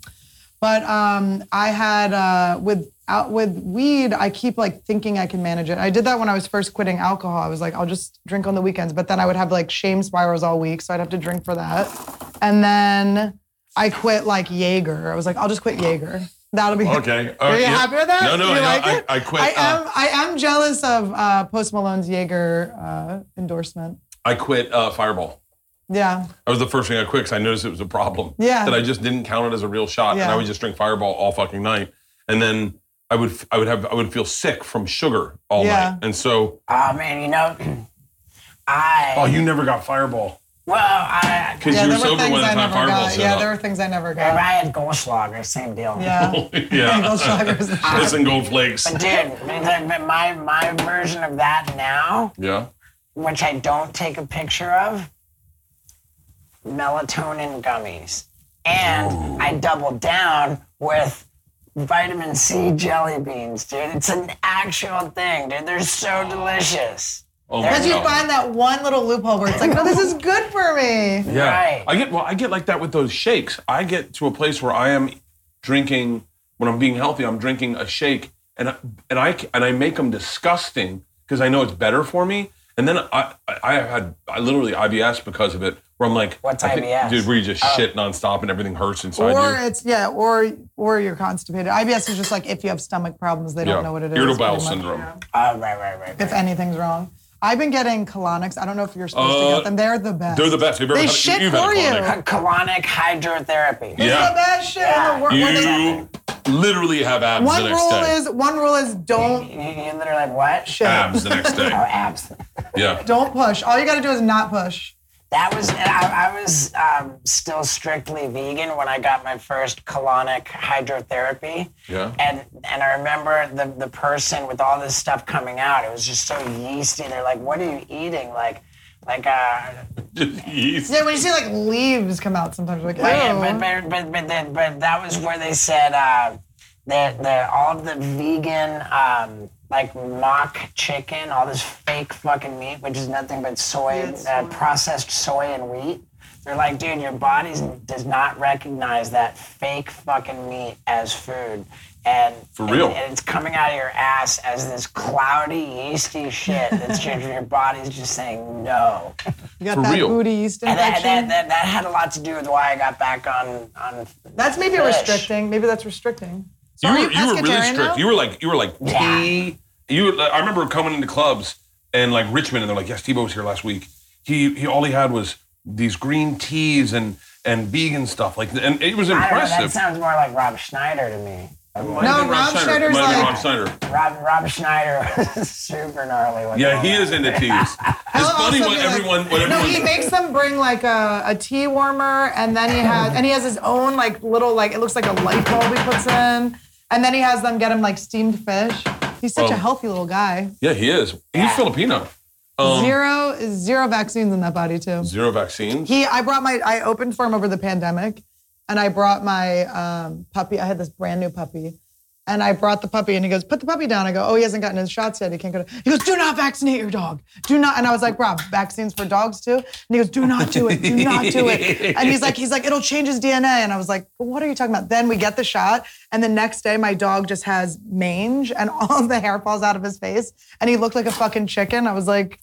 [SPEAKER 3] But um, I had uh, with out with weed, I keep like thinking I can manage it. I did that when I was first quitting alcohol. I was like, I'll just drink on the weekends, but then I would have like shame spirals all week, so I'd have to drink for that. And then I quit like Jaeger. I was like, I'll just quit Jaeger. That'll be
[SPEAKER 2] Okay. Uh,
[SPEAKER 3] Are you
[SPEAKER 2] yeah.
[SPEAKER 3] happy with that?
[SPEAKER 2] No, no, I-
[SPEAKER 3] you like
[SPEAKER 2] I-
[SPEAKER 3] it?
[SPEAKER 2] I quit,
[SPEAKER 3] I
[SPEAKER 2] uh,
[SPEAKER 3] am. I am jealous of uh, Post Malone's Jaeger uh, endorsement.
[SPEAKER 2] I quit uh, Fireball.
[SPEAKER 3] Yeah.
[SPEAKER 2] That was the first thing I quit because I noticed it was a problem.
[SPEAKER 3] Yeah.
[SPEAKER 2] That I just didn't count it as a real shot, and
[SPEAKER 3] Yeah.
[SPEAKER 2] I would just drink Fireball all fucking night, and then I would I would have I would feel sick from sugar all
[SPEAKER 3] Yeah.
[SPEAKER 2] night, and so
[SPEAKER 5] Oh man, you know I
[SPEAKER 2] oh, you never got Fireball
[SPEAKER 5] well I
[SPEAKER 2] because
[SPEAKER 3] Yeah,
[SPEAKER 2] you were
[SPEAKER 3] there were
[SPEAKER 2] sober when
[SPEAKER 3] things
[SPEAKER 2] the
[SPEAKER 3] I
[SPEAKER 2] time
[SPEAKER 3] never
[SPEAKER 2] Fireball
[SPEAKER 3] got.
[SPEAKER 2] showed
[SPEAKER 3] Yeah,
[SPEAKER 2] up.
[SPEAKER 3] there were things I never
[SPEAKER 5] if I
[SPEAKER 3] got.
[SPEAKER 5] had Goldschlager, same deal.
[SPEAKER 3] Yeah.
[SPEAKER 2] yeah.
[SPEAKER 3] Goldschlager's the shit.
[SPEAKER 2] Piss and gold flakes.
[SPEAKER 5] But dude, my my version of that now
[SPEAKER 2] Yeah.
[SPEAKER 5] which I don't take a picture of, melatonin gummies. And I doubled down with vitamin C jelly beans, dude. It's an actual thing, dude. They're so delicious.
[SPEAKER 2] Oh
[SPEAKER 3] Because you
[SPEAKER 2] God.
[SPEAKER 3] find that one little loophole where it's like, no, this is good for me.
[SPEAKER 2] Yeah.
[SPEAKER 5] Right.
[SPEAKER 2] I get well, I get like that with those shakes. I get to a place where I am drinking when I'm being healthy, I'm drinking a shake and I, and I and I make them disgusting because I know it's better for me. And then I I I have had I literally IBS because of it where I'm like
[SPEAKER 5] What's
[SPEAKER 2] I think-
[SPEAKER 5] IBS?
[SPEAKER 2] Dude, where you just shit nonstop and everything hurts inside
[SPEAKER 3] Or
[SPEAKER 2] you.
[SPEAKER 3] it's yeah, or or you're constipated. IBS is just like if you have stomach problems, they don't know what it is.
[SPEAKER 2] Irritable
[SPEAKER 3] pretty
[SPEAKER 2] bowel
[SPEAKER 3] much.
[SPEAKER 2] syndrome.
[SPEAKER 5] Oh, right, right, right.
[SPEAKER 3] If
[SPEAKER 5] right.
[SPEAKER 3] anything's wrong. I've been getting colonics. I don't know if you're supposed to
[SPEAKER 2] Uh,
[SPEAKER 3] get them. They're the best.
[SPEAKER 2] They're the best. Have you ever
[SPEAKER 3] They
[SPEAKER 2] had,
[SPEAKER 3] shit
[SPEAKER 2] you've had
[SPEAKER 3] for you.
[SPEAKER 2] colonic.
[SPEAKER 5] A colonic hydrotherapy.
[SPEAKER 3] It's
[SPEAKER 2] Yeah.
[SPEAKER 3] the best shit in the world. When they-
[SPEAKER 2] You literally have abs
[SPEAKER 3] one
[SPEAKER 2] the next
[SPEAKER 3] rule
[SPEAKER 2] day.
[SPEAKER 3] is one rule is don't
[SPEAKER 5] You, you literally like what?
[SPEAKER 3] shit.
[SPEAKER 2] abs the next
[SPEAKER 5] Oh,
[SPEAKER 2] day.
[SPEAKER 5] abs.
[SPEAKER 2] Yeah.
[SPEAKER 3] Don't push. All you got to do is not push.
[SPEAKER 5] That was, and I, I was um, still strictly vegan when I got my first colonic hydrotherapy.
[SPEAKER 2] Yeah.
[SPEAKER 5] And and I remember the, the person with all this stuff coming out. It was just so yeasty. They're like, what are you eating? Like, like, uh,
[SPEAKER 2] Just yeast.
[SPEAKER 3] Yeah, when you see like leaves come out sometimes, like,
[SPEAKER 5] But,
[SPEAKER 3] ew.
[SPEAKER 5] but, but, but, but, then- but that was where they said uh, that the, all of the vegan, um, like mock chicken, all this fake fucking meat, which is nothing but soy,
[SPEAKER 3] Yeah, it's
[SPEAKER 5] uh,
[SPEAKER 3] soy.
[SPEAKER 5] processed soy and wheat. They're like, dude, your body does not recognize that fake fucking meat as food. And
[SPEAKER 2] For real.
[SPEAKER 5] and, and it's coming out of your ass as this cloudy, yeasty shit. That's your, your body's just saying no.
[SPEAKER 3] you got
[SPEAKER 2] for
[SPEAKER 3] that
[SPEAKER 2] real.
[SPEAKER 3] booty yeast
[SPEAKER 5] And that,
[SPEAKER 3] infection.
[SPEAKER 5] that, that, that had a lot to do with why I got back on on.
[SPEAKER 3] that's maybe
[SPEAKER 5] fish.
[SPEAKER 3] restricting. Maybe that's restricting. So
[SPEAKER 2] You
[SPEAKER 3] are
[SPEAKER 2] were, you were really
[SPEAKER 3] pescatarian
[SPEAKER 2] strict.
[SPEAKER 3] now?
[SPEAKER 2] You were like you were like
[SPEAKER 5] Yeah.
[SPEAKER 2] tea. You were, I remember coming into clubs and like Richmond, and they're like, "Yes, Tebow was here last week. He he all he had was these green teas and and vegan stuff. Like, and it was
[SPEAKER 5] I don't know. That
[SPEAKER 2] impressive.
[SPEAKER 5] sounds more like Rob Schneider to me.
[SPEAKER 2] Might have been
[SPEAKER 3] Rob
[SPEAKER 2] Schneider.
[SPEAKER 3] Schneider's
[SPEAKER 2] Might have been
[SPEAKER 3] like-
[SPEAKER 2] Rob Schneider.
[SPEAKER 5] Rob Rob Schneider is super gnarly. with
[SPEAKER 2] Yeah,
[SPEAKER 5] all
[SPEAKER 2] he
[SPEAKER 5] that.
[SPEAKER 2] is into teas. It's
[SPEAKER 3] I'll
[SPEAKER 2] funny
[SPEAKER 3] also
[SPEAKER 2] what
[SPEAKER 3] be like-
[SPEAKER 2] everyone what
[SPEAKER 3] No,
[SPEAKER 2] everyone.
[SPEAKER 3] he makes them bring like a, a tea warmer, and then he has and he has his own like little like it looks like a light bulb he puts in, and then he has them get him like steamed fish. He's such
[SPEAKER 2] Well,
[SPEAKER 3] a healthy little guy.
[SPEAKER 2] yeah, he is. He's
[SPEAKER 5] Yeah.
[SPEAKER 2] Filipino. Um, zero.
[SPEAKER 3] zero zero vaccines in that body too.
[SPEAKER 2] vaccines.
[SPEAKER 3] He I brought my I opened for him over the pandemic, and I brought my um, puppy. I had this brand new puppy. And I brought the puppy, and he goes, "Put the puppy down." I go, "Oh, he hasn't gotten his shots yet. He can't go." To-. He goes, "Do not vaccinate your dog. Do not." And I was like, "Rob, vaccines for dogs too?" And he goes, "Do not do it. Do not do it." And he's like, "He's like, it'll change his DNA." And I was like, "What are you talking about?" Then we get the shot, and the next day, my dog just has mange, and all the hair falls out of his face, and he looked like a fucking chicken. I was like,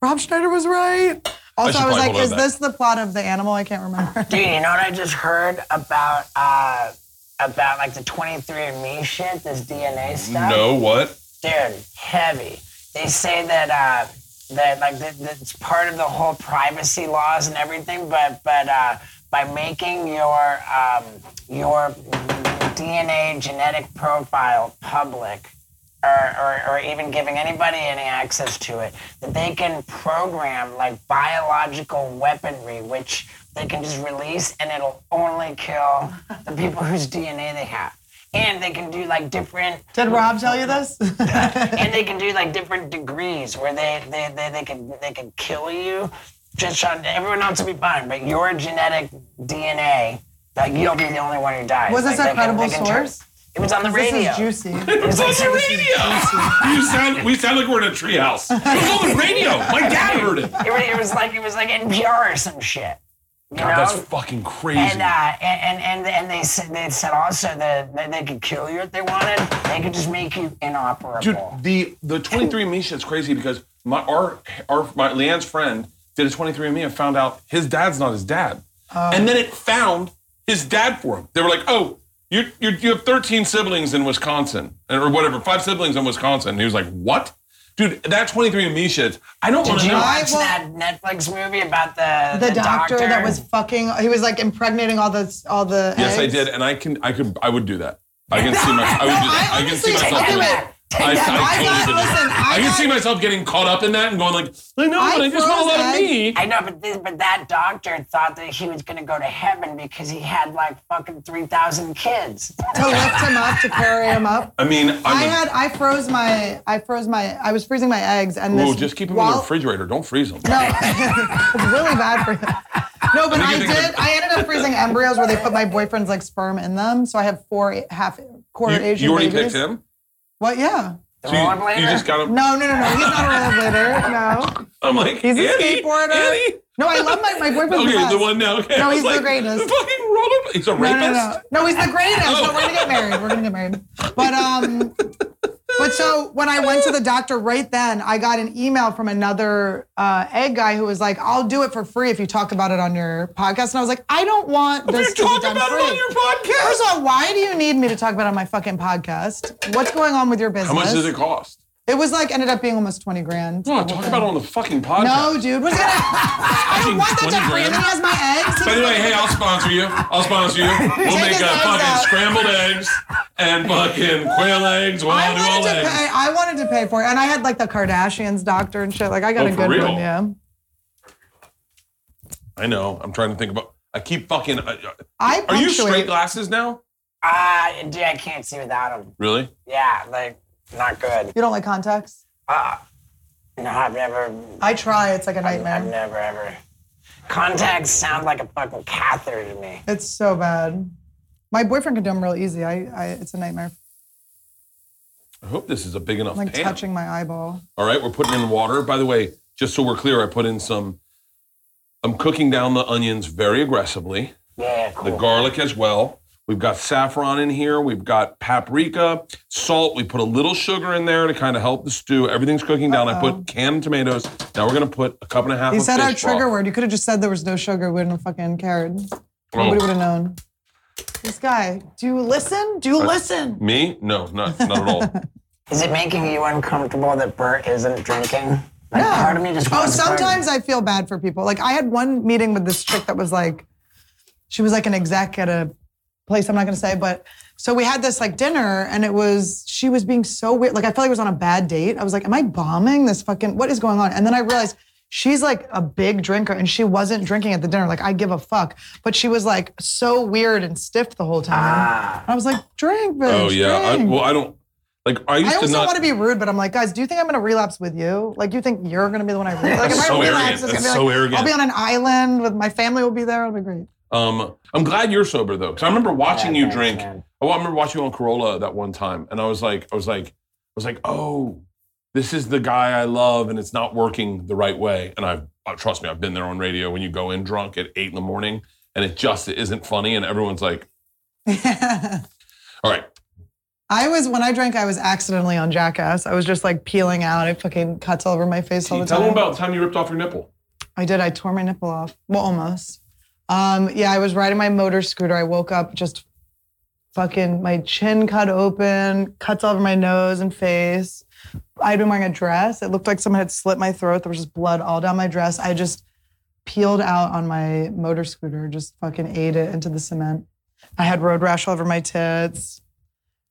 [SPEAKER 3] "Rob Schneider was right." Also,
[SPEAKER 2] should
[SPEAKER 3] I, was
[SPEAKER 2] probably
[SPEAKER 3] like,
[SPEAKER 2] hold on
[SPEAKER 3] "Is
[SPEAKER 2] to that.
[SPEAKER 3] this the plot of the animal?" I can't remember.
[SPEAKER 5] Dude, you know what I just heard about uh about like the 23andMe shit, this DNA stuff.
[SPEAKER 2] No, what?
[SPEAKER 5] dude, heavy. They say that uh, that like that, that's part of the whole privacy laws and everything, but but uh, by making your um, your DNA genetic profile public. Or, or, or even giving anybody any access to it, that they can program like biological weaponry, which they can just release and it'll only kill the people whose DNA they have. And they can do like different
[SPEAKER 3] Did Rob tell you this?
[SPEAKER 5] and they can do like different degrees where they they, they, they can they can kill you just on everyone else will be fine but your genetic dna like you'll be the only one who dies
[SPEAKER 3] Was this
[SPEAKER 5] Like,
[SPEAKER 3] a
[SPEAKER 5] they can-
[SPEAKER 3] credible
[SPEAKER 5] they can turn-
[SPEAKER 3] source?
[SPEAKER 5] it was on the radio
[SPEAKER 3] This is juicy.
[SPEAKER 5] It was
[SPEAKER 2] It's on the
[SPEAKER 5] like-
[SPEAKER 2] radio. You sound, we sound like we're in a treehouse. It's on the radio. My dad heard it.
[SPEAKER 5] it, was- it was like it was like npr or some shit you know?
[SPEAKER 2] God, that's fucking crazy.
[SPEAKER 5] and, uh, and and and and they said they said also that that they could kill you if they wanted. They could just make you inoperable.
[SPEAKER 2] Dude, the the 23andMe shit's crazy because my our our my Leanne's friend did a 23andMe and found out his dad's not his dad,
[SPEAKER 3] Oh.
[SPEAKER 2] and then it found his dad for him. They were like, "Oh, you you you have 13 siblings in Wisconsin or whatever, five siblings in Wisconsin." And he was like, "What?" Dude, that 23andMe shit. I don't want to
[SPEAKER 5] Did you
[SPEAKER 2] know.
[SPEAKER 3] I
[SPEAKER 5] watch
[SPEAKER 3] will-
[SPEAKER 5] that Netflix movie about the
[SPEAKER 3] the, doctor, that
[SPEAKER 5] doctor?
[SPEAKER 3] was fucking he was like impregnating all the all the
[SPEAKER 2] Yes, I
[SPEAKER 3] eggs.
[SPEAKER 2] did, and I can I could I would do that. I can see my I would do that.
[SPEAKER 3] I
[SPEAKER 2] I, can see
[SPEAKER 3] honestly-
[SPEAKER 2] myself.
[SPEAKER 3] okay,
[SPEAKER 2] doing
[SPEAKER 3] wait.
[SPEAKER 2] that. I, I,
[SPEAKER 3] Take that. I
[SPEAKER 2] totally
[SPEAKER 3] got-
[SPEAKER 2] did that.
[SPEAKER 3] listen, I
[SPEAKER 2] I can
[SPEAKER 3] got-
[SPEAKER 2] see myself getting caught up in that and going like, I know,
[SPEAKER 3] I
[SPEAKER 2] but I just want a
[SPEAKER 3] froze
[SPEAKER 2] lot of
[SPEAKER 3] eggs.
[SPEAKER 2] me.
[SPEAKER 5] I know, but this, but that doctor thought that he was going to go to heaven because he had like fucking three thousand kids.
[SPEAKER 3] to lift him up to carry him up
[SPEAKER 2] I mean, I'm
[SPEAKER 3] I
[SPEAKER 2] a-
[SPEAKER 3] had I froze my I froze my I was freezing my eggs and
[SPEAKER 2] Ooh,
[SPEAKER 3] this
[SPEAKER 2] just keep them in
[SPEAKER 3] wall-
[SPEAKER 2] the refrigerator. Don't freeze them.
[SPEAKER 3] No, it's really bad for him. No,
[SPEAKER 2] What
[SPEAKER 3] but
[SPEAKER 2] do you
[SPEAKER 3] I
[SPEAKER 2] think
[SPEAKER 3] did.
[SPEAKER 2] of-
[SPEAKER 3] I ended up freezing embryos where they put my boyfriend's like sperm in them, so I have four half quarter
[SPEAKER 2] You,
[SPEAKER 3] Asian.
[SPEAKER 2] you already
[SPEAKER 3] babies.
[SPEAKER 2] picked him.
[SPEAKER 3] What? Yeah.
[SPEAKER 5] The
[SPEAKER 2] So you,
[SPEAKER 5] rollerblader?
[SPEAKER 2] you just got him.
[SPEAKER 3] No, no, no, no. He's not a rollerblader. No.
[SPEAKER 2] I'm like,
[SPEAKER 3] He's a
[SPEAKER 2] Annie,
[SPEAKER 3] skateboarder.
[SPEAKER 2] Annie?
[SPEAKER 3] No, I love my my boyfriend's
[SPEAKER 2] Okay,
[SPEAKER 3] best.
[SPEAKER 2] the one now. Okay,
[SPEAKER 3] No,
[SPEAKER 2] I was
[SPEAKER 3] he's the
[SPEAKER 2] like,
[SPEAKER 3] greatest.
[SPEAKER 2] The fucking roller. He's a
[SPEAKER 3] No,
[SPEAKER 2] rapist. Oh.
[SPEAKER 3] no, no, no. He's the greatest. No, we're gonna get married. We're gonna get married. But um, but so when I went to the doctor right then, I got an email from another uh, egg guy who was like, "I'll do it for free if you talk about it on your podcast." And I was like, "I don't want
[SPEAKER 2] You're
[SPEAKER 3] this to be
[SPEAKER 2] talking
[SPEAKER 3] done
[SPEAKER 2] about
[SPEAKER 3] free."
[SPEAKER 2] it on your podcast.
[SPEAKER 3] First of all, why do you need me to talk about it on my fucking podcast? What's going on with your business?
[SPEAKER 2] How much does it cost?
[SPEAKER 3] It was like ended up being almost twenty grand.
[SPEAKER 2] No, talk about it on the fucking podcast.
[SPEAKER 3] No, dude. Was it? I don't want that to
[SPEAKER 2] 20 grand?
[SPEAKER 3] happen. He has my eggs.
[SPEAKER 2] By the way, hey, I'll sponsor you. I'll sponsor you. We'll
[SPEAKER 3] Take
[SPEAKER 2] make
[SPEAKER 3] his
[SPEAKER 2] uh,
[SPEAKER 3] eyes
[SPEAKER 2] fucking
[SPEAKER 3] out.
[SPEAKER 2] scrambled eggs and fucking quail eggs. We'll
[SPEAKER 3] I
[SPEAKER 2] all do all
[SPEAKER 3] wanted to
[SPEAKER 2] eggs.
[SPEAKER 3] pay. I wanted to pay for it, and I had like the Kardashians doctor and shit. Like I got
[SPEAKER 2] Oh,
[SPEAKER 3] a
[SPEAKER 2] for
[SPEAKER 3] good
[SPEAKER 2] real?
[SPEAKER 3] one. Yeah.
[SPEAKER 2] I know. I'm trying to think about. I keep fucking. Uh, uh,
[SPEAKER 3] I
[SPEAKER 2] are you straight
[SPEAKER 3] punctuate-
[SPEAKER 2] glasses now?
[SPEAKER 5] Ah, dude, I can't see without them.
[SPEAKER 2] Really?
[SPEAKER 5] Yeah, like not good.
[SPEAKER 3] You don't like contacts?
[SPEAKER 5] Ah, no, I've never,
[SPEAKER 3] I try. It's like a
[SPEAKER 5] I've
[SPEAKER 3] nightmare.
[SPEAKER 5] never ever. Contacts sound like a fucking catheter to me.
[SPEAKER 3] It's so bad. My boyfriend can do them real easy. I, I it's a nightmare.
[SPEAKER 2] I hope this is a big enough
[SPEAKER 3] Like
[SPEAKER 2] pan.
[SPEAKER 3] touching my eyeball.
[SPEAKER 2] All right, we're putting in water. By the way, just so we're clear, I put in some. I'm cooking down the onions very aggressively.
[SPEAKER 5] Yeah,
[SPEAKER 2] the
[SPEAKER 5] cool.
[SPEAKER 2] garlic as well. We've got saffron in here. We've got paprika, salt. We put a little sugar in there to kind of help the stew. Everything's cooking down. I put canned tomatoes. Now we're gonna put a cup and a half.
[SPEAKER 3] You
[SPEAKER 2] of
[SPEAKER 3] said our
[SPEAKER 2] fish
[SPEAKER 3] trigger
[SPEAKER 2] broth.
[SPEAKER 3] word. You could have just said there was no sugar. We wouldn't have fucking cared.
[SPEAKER 2] Oh.
[SPEAKER 3] Nobody would have known. This guy. Do you listen? Do you listen?
[SPEAKER 2] Me? No, not not at all.
[SPEAKER 5] Is it making you uncomfortable that Bert isn't drinking? Like,
[SPEAKER 3] Yeah.
[SPEAKER 5] Part of me just
[SPEAKER 3] Oh,
[SPEAKER 5] wants Bert-
[SPEAKER 3] sometimes I feel bad for people. Like I had one meeting with this chick that was like, she was like an exec at a place I'm not gonna say, but so we had this like dinner and it was she was being so weird. Like I felt like I was on a bad date. I was like, am I bombing this fucking what is going on? And then I realized she's like a big drinker and she wasn't drinking at the dinner. Like I give a fuck. But she was like so weird and stiff the whole time.
[SPEAKER 5] Ah.
[SPEAKER 3] I was like, drink, bitch.
[SPEAKER 2] oh yeah. I,
[SPEAKER 3] drink."
[SPEAKER 2] well, I don't. Like I used
[SPEAKER 3] I
[SPEAKER 2] to
[SPEAKER 3] also
[SPEAKER 2] not.
[SPEAKER 3] want to be rude, but I'm like, guys, do you think I'm going to relapse with you? Like, you think you're going to be the one I relapse? Like,
[SPEAKER 2] That's
[SPEAKER 3] if
[SPEAKER 2] so
[SPEAKER 3] I
[SPEAKER 2] arrogant.
[SPEAKER 3] relapse, it's going
[SPEAKER 2] That's
[SPEAKER 3] to be like,
[SPEAKER 2] so arrogant.
[SPEAKER 3] I'll be on an island with my family. Will be there. It'll be great.
[SPEAKER 2] Um, I'm glad you're sober though, because I remember watching
[SPEAKER 5] Yeah,
[SPEAKER 2] you
[SPEAKER 5] thanks,
[SPEAKER 2] drink.
[SPEAKER 5] man.
[SPEAKER 2] Oh, I remember watching you on Corolla that one time, and I was like, I was like, I was like, oh, this is the guy I love, and it's not working the right way. And I uh, trust me, I've been there on radio when you go in drunk at eight in the morning, and it just isn't funny, and everyone's like, all right,
[SPEAKER 3] I was when I drank, I was accidentally on Jackass. I was just like peeling out. It fucking cuts all over my face all the
[SPEAKER 2] tell
[SPEAKER 3] time.
[SPEAKER 2] them about the time you ripped off your nipple.
[SPEAKER 3] I did. I tore my nipple off. Well, almost. Um, yeah, I was riding my motor scooter. I woke up just fucking my chin cut open, cuts all over my nose and face. I'd been wearing a dress. It looked like someone had slit my throat. There was just blood all down my dress. I just peeled out on my motor scooter, just fucking ate it into the cement. I had road rash all over my tits.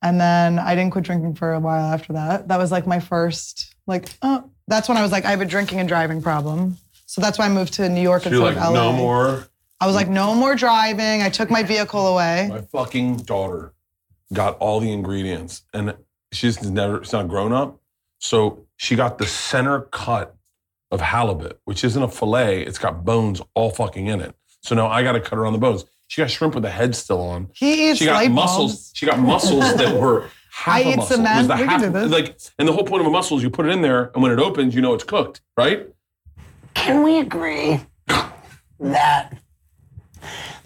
[SPEAKER 3] And then I didn't quit drinking for a while after that. That was like my first, like, oh, that's when I was like, I have a drinking and driving problem. So that's why I moved to New York
[SPEAKER 2] You're
[SPEAKER 3] instead
[SPEAKER 2] like,
[SPEAKER 3] of LA.
[SPEAKER 2] no more.
[SPEAKER 3] I was like, no more driving. I took my vehicle away.
[SPEAKER 2] My fucking daughter got all the ingredients, and she's never she's not grown up, so she got the center cut of halibut, which isn't a fillet. It's got bones all fucking in it. So now I got to cut around the bones. She got shrimp with the head still on.
[SPEAKER 3] He eats
[SPEAKER 2] She got
[SPEAKER 3] light
[SPEAKER 2] muscles.
[SPEAKER 3] bulbs.
[SPEAKER 2] She got muscles that were half
[SPEAKER 3] I
[SPEAKER 2] a
[SPEAKER 3] eat
[SPEAKER 2] muscle. It
[SPEAKER 3] cement.
[SPEAKER 2] was the
[SPEAKER 3] We can
[SPEAKER 2] half-
[SPEAKER 3] do this.
[SPEAKER 2] Like, and the whole point of a muscle is you put it in there, and when it opens, you know it's cooked, right?
[SPEAKER 5] Can we agree that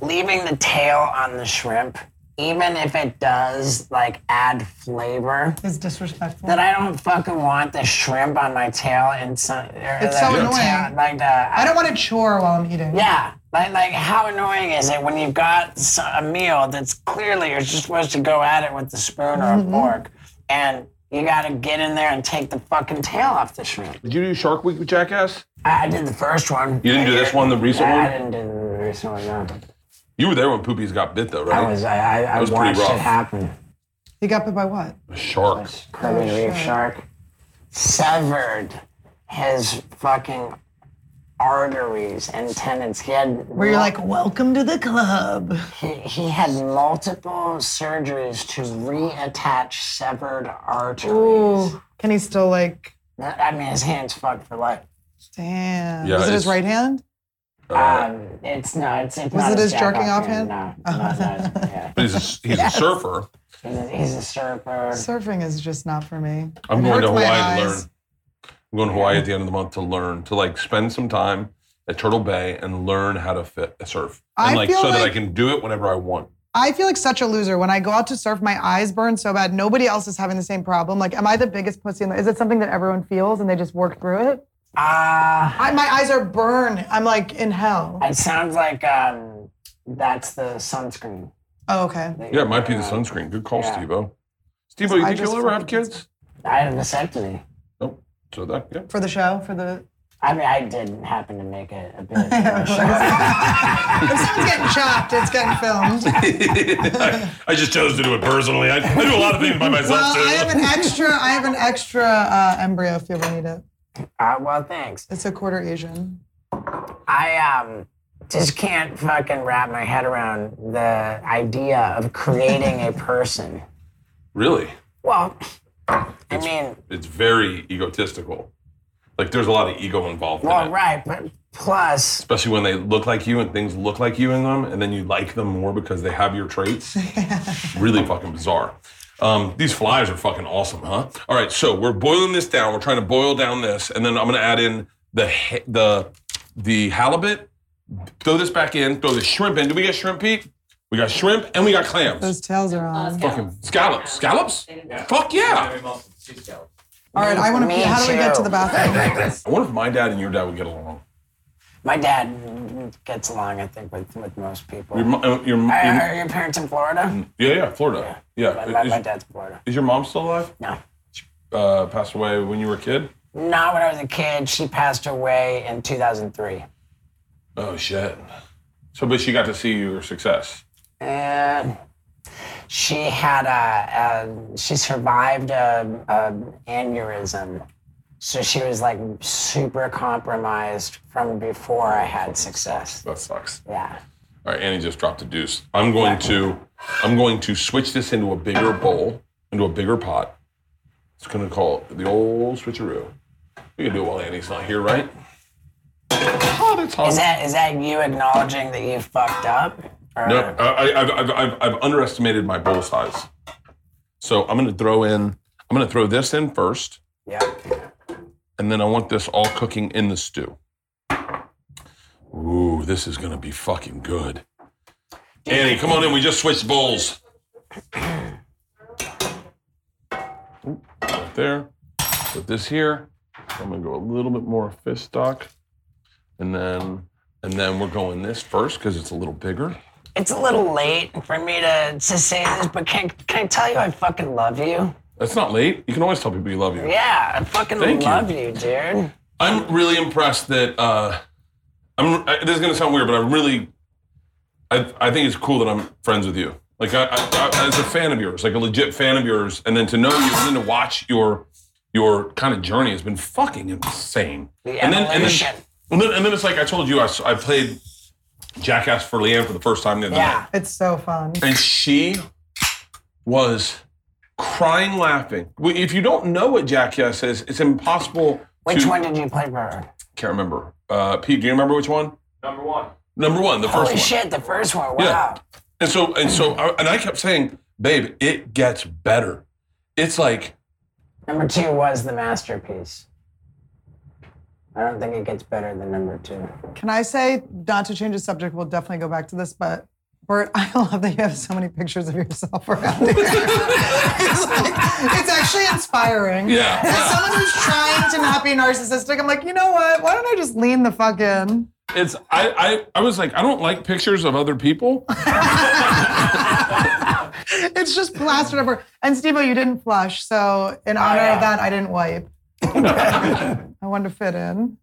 [SPEAKER 5] leaving the tail on the shrimp, even if it does like add flavor,
[SPEAKER 3] It's disrespectful.
[SPEAKER 5] that I don't fucking want the shrimp on my tail and some.
[SPEAKER 3] It's so annoying.
[SPEAKER 5] like the, I
[SPEAKER 3] I don't want to chore while I'm eating.
[SPEAKER 5] Yeah, like like how annoying is it when you've got s- a meal that's clearly you're just supposed to go at it with the spoon or
[SPEAKER 3] Mm-hmm.
[SPEAKER 5] a fork, and you got to get in there and take the fucking tail off the shrimp.
[SPEAKER 2] Did you do Shark Week with Jackass?
[SPEAKER 5] I I did the first one.
[SPEAKER 2] You didn't do this one, the recent
[SPEAKER 5] I
[SPEAKER 2] one.
[SPEAKER 5] didn't do the recent one. No.
[SPEAKER 2] You were there when Poopies got bit, though,
[SPEAKER 5] I
[SPEAKER 2] right?
[SPEAKER 5] was I I, I
[SPEAKER 2] was pretty
[SPEAKER 5] watched
[SPEAKER 2] rough.
[SPEAKER 5] it happen.
[SPEAKER 3] He got bit by what?
[SPEAKER 2] A shark.
[SPEAKER 5] Kirby
[SPEAKER 3] Oh,
[SPEAKER 5] Reef
[SPEAKER 3] shit.
[SPEAKER 5] Shark severed his fucking arteries and tendons. He had
[SPEAKER 3] Where you're like, welcome to the club.
[SPEAKER 5] He, he had multiple surgeries to reattach severed arteries.
[SPEAKER 3] Ooh. Can he still like?
[SPEAKER 5] I mean, his hand's fucked for life.
[SPEAKER 3] Damn.
[SPEAKER 2] Yeah,
[SPEAKER 3] Was it
[SPEAKER 2] it's-
[SPEAKER 3] his right hand?
[SPEAKER 2] Uh,
[SPEAKER 5] Um, it's no, it's, it's
[SPEAKER 3] Was
[SPEAKER 5] not
[SPEAKER 3] it his
[SPEAKER 5] jack
[SPEAKER 3] jerking
[SPEAKER 5] off
[SPEAKER 3] off
[SPEAKER 5] No, no, no, it's- yeah.
[SPEAKER 2] But he's a, he's a surfer.
[SPEAKER 5] He's a, he's a surfer.
[SPEAKER 3] Surfing is just not for me.
[SPEAKER 2] I'm
[SPEAKER 3] It
[SPEAKER 2] going to
[SPEAKER 3] hurts my
[SPEAKER 2] Hawaii to learn.
[SPEAKER 3] eyes.
[SPEAKER 2] I'm going to Hawaii at the end of the month to learn to like spend some time at Turtle Bay and learn how to fit surf,
[SPEAKER 3] I
[SPEAKER 2] and like
[SPEAKER 3] feel
[SPEAKER 2] so that I
[SPEAKER 3] like-
[SPEAKER 2] can do it whenever I want.
[SPEAKER 3] I feel like such a loser when I go out to surf. My eyes burn so bad. Nobody else is having the same problem. Like, am I the biggest pussy? In the, is it something that everyone feels and they just work through it?
[SPEAKER 5] Ah,
[SPEAKER 3] I, my eyes are burned. I'm like in hell.
[SPEAKER 5] it sounds like um, that's the sunscreen.
[SPEAKER 3] Oh, okay.
[SPEAKER 5] that
[SPEAKER 2] Yeah,
[SPEAKER 5] you're
[SPEAKER 2] it might be the
[SPEAKER 5] wearing.
[SPEAKER 2] sunscreen. Good call,
[SPEAKER 5] Yeah.
[SPEAKER 2] Steve-O. Steve-O, you
[SPEAKER 3] I
[SPEAKER 2] think
[SPEAKER 3] just
[SPEAKER 2] you'll ever have
[SPEAKER 3] fucking-
[SPEAKER 2] kids?
[SPEAKER 5] I had a vasectomy.
[SPEAKER 2] So that yeah.
[SPEAKER 3] for the show for the.
[SPEAKER 5] I mean, I didn't happen to make a, a bit of a show.
[SPEAKER 3] If something's getting chopped, it's getting filmed.
[SPEAKER 2] I, I just chose to do it personally. I, I do a lot of things by myself
[SPEAKER 3] Well, I have
[SPEAKER 2] too.
[SPEAKER 3] an extra. I have an extra uh, embryo if you ever need it.
[SPEAKER 5] Uh, well, thanks.
[SPEAKER 3] It's a quarter Asian.
[SPEAKER 5] I um just can't fucking wrap my head around the idea of creating a person.
[SPEAKER 2] Really,
[SPEAKER 5] Well, I mean,
[SPEAKER 2] it's very egotistical. Like there's a lot of ego involved
[SPEAKER 5] well,
[SPEAKER 2] in it,
[SPEAKER 5] right, but plus,
[SPEAKER 2] especially when they look like you and things look like you in them, and then you like them more because they have your traits. really fucking bizarre. Um, these flies are fucking awesome, huh? All right, so we're boiling this down. We're trying to boil down this, and then I'm gonna add in the ha- the the halibut. Throw this back in. Throw the shrimp in. Do we get shrimp, Pete? We got shrimp and we got clams.
[SPEAKER 3] Those tails are on.
[SPEAKER 2] Fucking scallops. Scallops? Fuck yeah.
[SPEAKER 3] All right, I want to
[SPEAKER 5] Me
[SPEAKER 3] pee. How do we get
[SPEAKER 5] too.
[SPEAKER 3] to the bathroom?
[SPEAKER 2] I wonder if my dad and your dad would get along.
[SPEAKER 5] my dad gets along, I think, with, with most people.
[SPEAKER 2] Your, mo- uh, your, your,
[SPEAKER 5] are,
[SPEAKER 2] yeah,
[SPEAKER 5] are your parents in Florida?
[SPEAKER 2] yeah, Florida.
[SPEAKER 5] My,
[SPEAKER 2] Yeah.
[SPEAKER 5] my, my
[SPEAKER 2] Mm, Is,
[SPEAKER 5] dad's in Florida.
[SPEAKER 2] is your mom still alive?
[SPEAKER 5] No.
[SPEAKER 2] Uh, passed away when you were a kid?
[SPEAKER 5] Not when I was a kid. She passed away in 2003.
[SPEAKER 2] Oh, shit. So, but she got to see your success.
[SPEAKER 5] And she had a, a she survived a, a aneurysm, so she was like super compromised from before I had success.
[SPEAKER 2] That sucks.
[SPEAKER 5] Yeah.
[SPEAKER 2] All right, Annie just dropped a deuce. I'm going to, I'm going to switch this into a bigger bowl, into a bigger pot. It's gonna call it the old switcheroo. We can do it while Annie's not here, right? Hot, it's hot.
[SPEAKER 5] Is that is that you acknowledging that you fucked up? Or-
[SPEAKER 2] No, uh, I, I, I've, I've, I've, I've underestimated my bowl size. So I'm gonna throw in, I'm gonna throw this in first,
[SPEAKER 5] Yeah.
[SPEAKER 2] and then I want this all cooking in the stew. Ooh, this is gonna be fucking good. Annie, come on in. We just switched bowls. Ooh, Right there. Put this here. I'm gonna go a little bit more fish stock, and then and then we're going this first because it's a little bigger.
[SPEAKER 5] It's a little late for me to, to say this, but can can I tell you I fucking love you?
[SPEAKER 2] That's not late. You can always tell people you love you.
[SPEAKER 5] Yeah, I fucking
[SPEAKER 2] Thank you.
[SPEAKER 5] love you, dude.
[SPEAKER 2] I'm really impressed that uh, I'm. I, this is gonna sound weird, but I'm really. I, I think it's cool that I'm friends with you. Like I, I, I as a fan of yours, like a legit fan of yours, and then to know you and then to watch your your kind of journey has been fucking insane.
[SPEAKER 5] The
[SPEAKER 2] and then and then,
[SPEAKER 5] evolution.
[SPEAKER 2] and then and then it's like I told you, I, s- I played Jackass for Leanne for the first time the other night
[SPEAKER 5] Yeah.
[SPEAKER 3] It's so fun.
[SPEAKER 2] and she was crying laughing. Well, If you don't know what Jackass is, it's impossible.
[SPEAKER 5] Which
[SPEAKER 2] to,
[SPEAKER 5] one did you play for?
[SPEAKER 2] Can't remember. Uh, Pete, do you remember which one?
[SPEAKER 6] Number one.
[SPEAKER 2] Number one, the first
[SPEAKER 5] Holy
[SPEAKER 2] one.
[SPEAKER 5] shit, the first one. Wow.
[SPEAKER 2] Yeah. And so and so I, and I kept saying, "Babe, it gets better." It's like
[SPEAKER 5] Number two was the masterpiece. I don't think it gets better than number two.
[SPEAKER 3] Can I say, not to change the subject, we'll definitely go back to this, but Bert, I love that you have so many pictures of yourself around here. it's, like, it's actually inspiring.
[SPEAKER 2] Yeah.
[SPEAKER 3] As someone who's trying to not be narcissistic, I'm like, you know what? Why don't I just lean the fuck in?
[SPEAKER 2] it's I I, I was like, I don't like pictures of other people.
[SPEAKER 3] It's just plastered over. And Steve you didn't flush. So in honor
[SPEAKER 5] yeah.
[SPEAKER 3] of that, I didn't wipe. I wanted to fit in.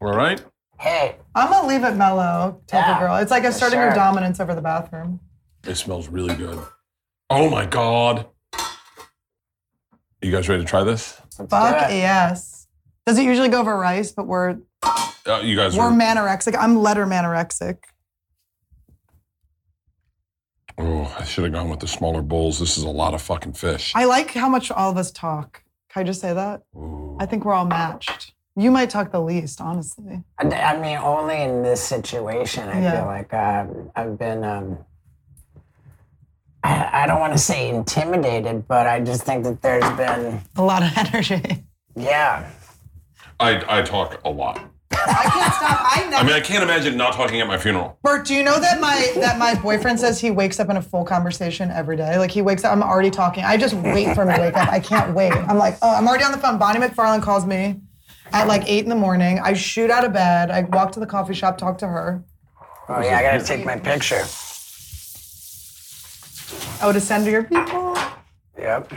[SPEAKER 2] All right.
[SPEAKER 5] Hey,
[SPEAKER 3] I'm gonna leave it mellow type
[SPEAKER 5] Yeah,
[SPEAKER 3] of girl. It's like asserting your
[SPEAKER 5] sure.
[SPEAKER 3] dominance over the bathroom.
[SPEAKER 2] It smells really good. Oh my god. You guys ready to try this?
[SPEAKER 3] Fuck
[SPEAKER 5] it.
[SPEAKER 3] yes. Does it usually go over rice? But we're
[SPEAKER 2] Uh, you guys
[SPEAKER 3] we're
[SPEAKER 2] are.
[SPEAKER 3] manorexic. I'm letter manorexic.
[SPEAKER 2] Oh, I should have gone with the smaller bowls. This is a lot of fucking fish.
[SPEAKER 3] I like how much all of us talk. Can I just say that?
[SPEAKER 2] Ooh.
[SPEAKER 3] I think we're all matched. You might talk the least, honestly.
[SPEAKER 5] I, I mean, only in this situation, I
[SPEAKER 3] Yeah.
[SPEAKER 5] feel like um, I've been. Um, I, I don't want to say intimidated, but I just think that there's been,
[SPEAKER 3] A lot of energy.
[SPEAKER 5] yeah.
[SPEAKER 2] I, I talk a lot.
[SPEAKER 3] I can't stop. I
[SPEAKER 2] I
[SPEAKER 3] never.
[SPEAKER 2] mean, I can't imagine not talking at my funeral.
[SPEAKER 3] Bert, do you know that my that my boyfriend says he wakes up in a full conversation every day? Like he wakes up, I'm already talking. I just wait for him to wake up. I can't wait. I'm like, oh, I'm already on the phone. Bonnie McFarlane calls me at like eight in the morning. I shoot out of bed. I walk to the coffee shop, talk to her.
[SPEAKER 5] Oh yeah, I gotta take my picture.
[SPEAKER 3] Oh, to send to your people.
[SPEAKER 5] Yep.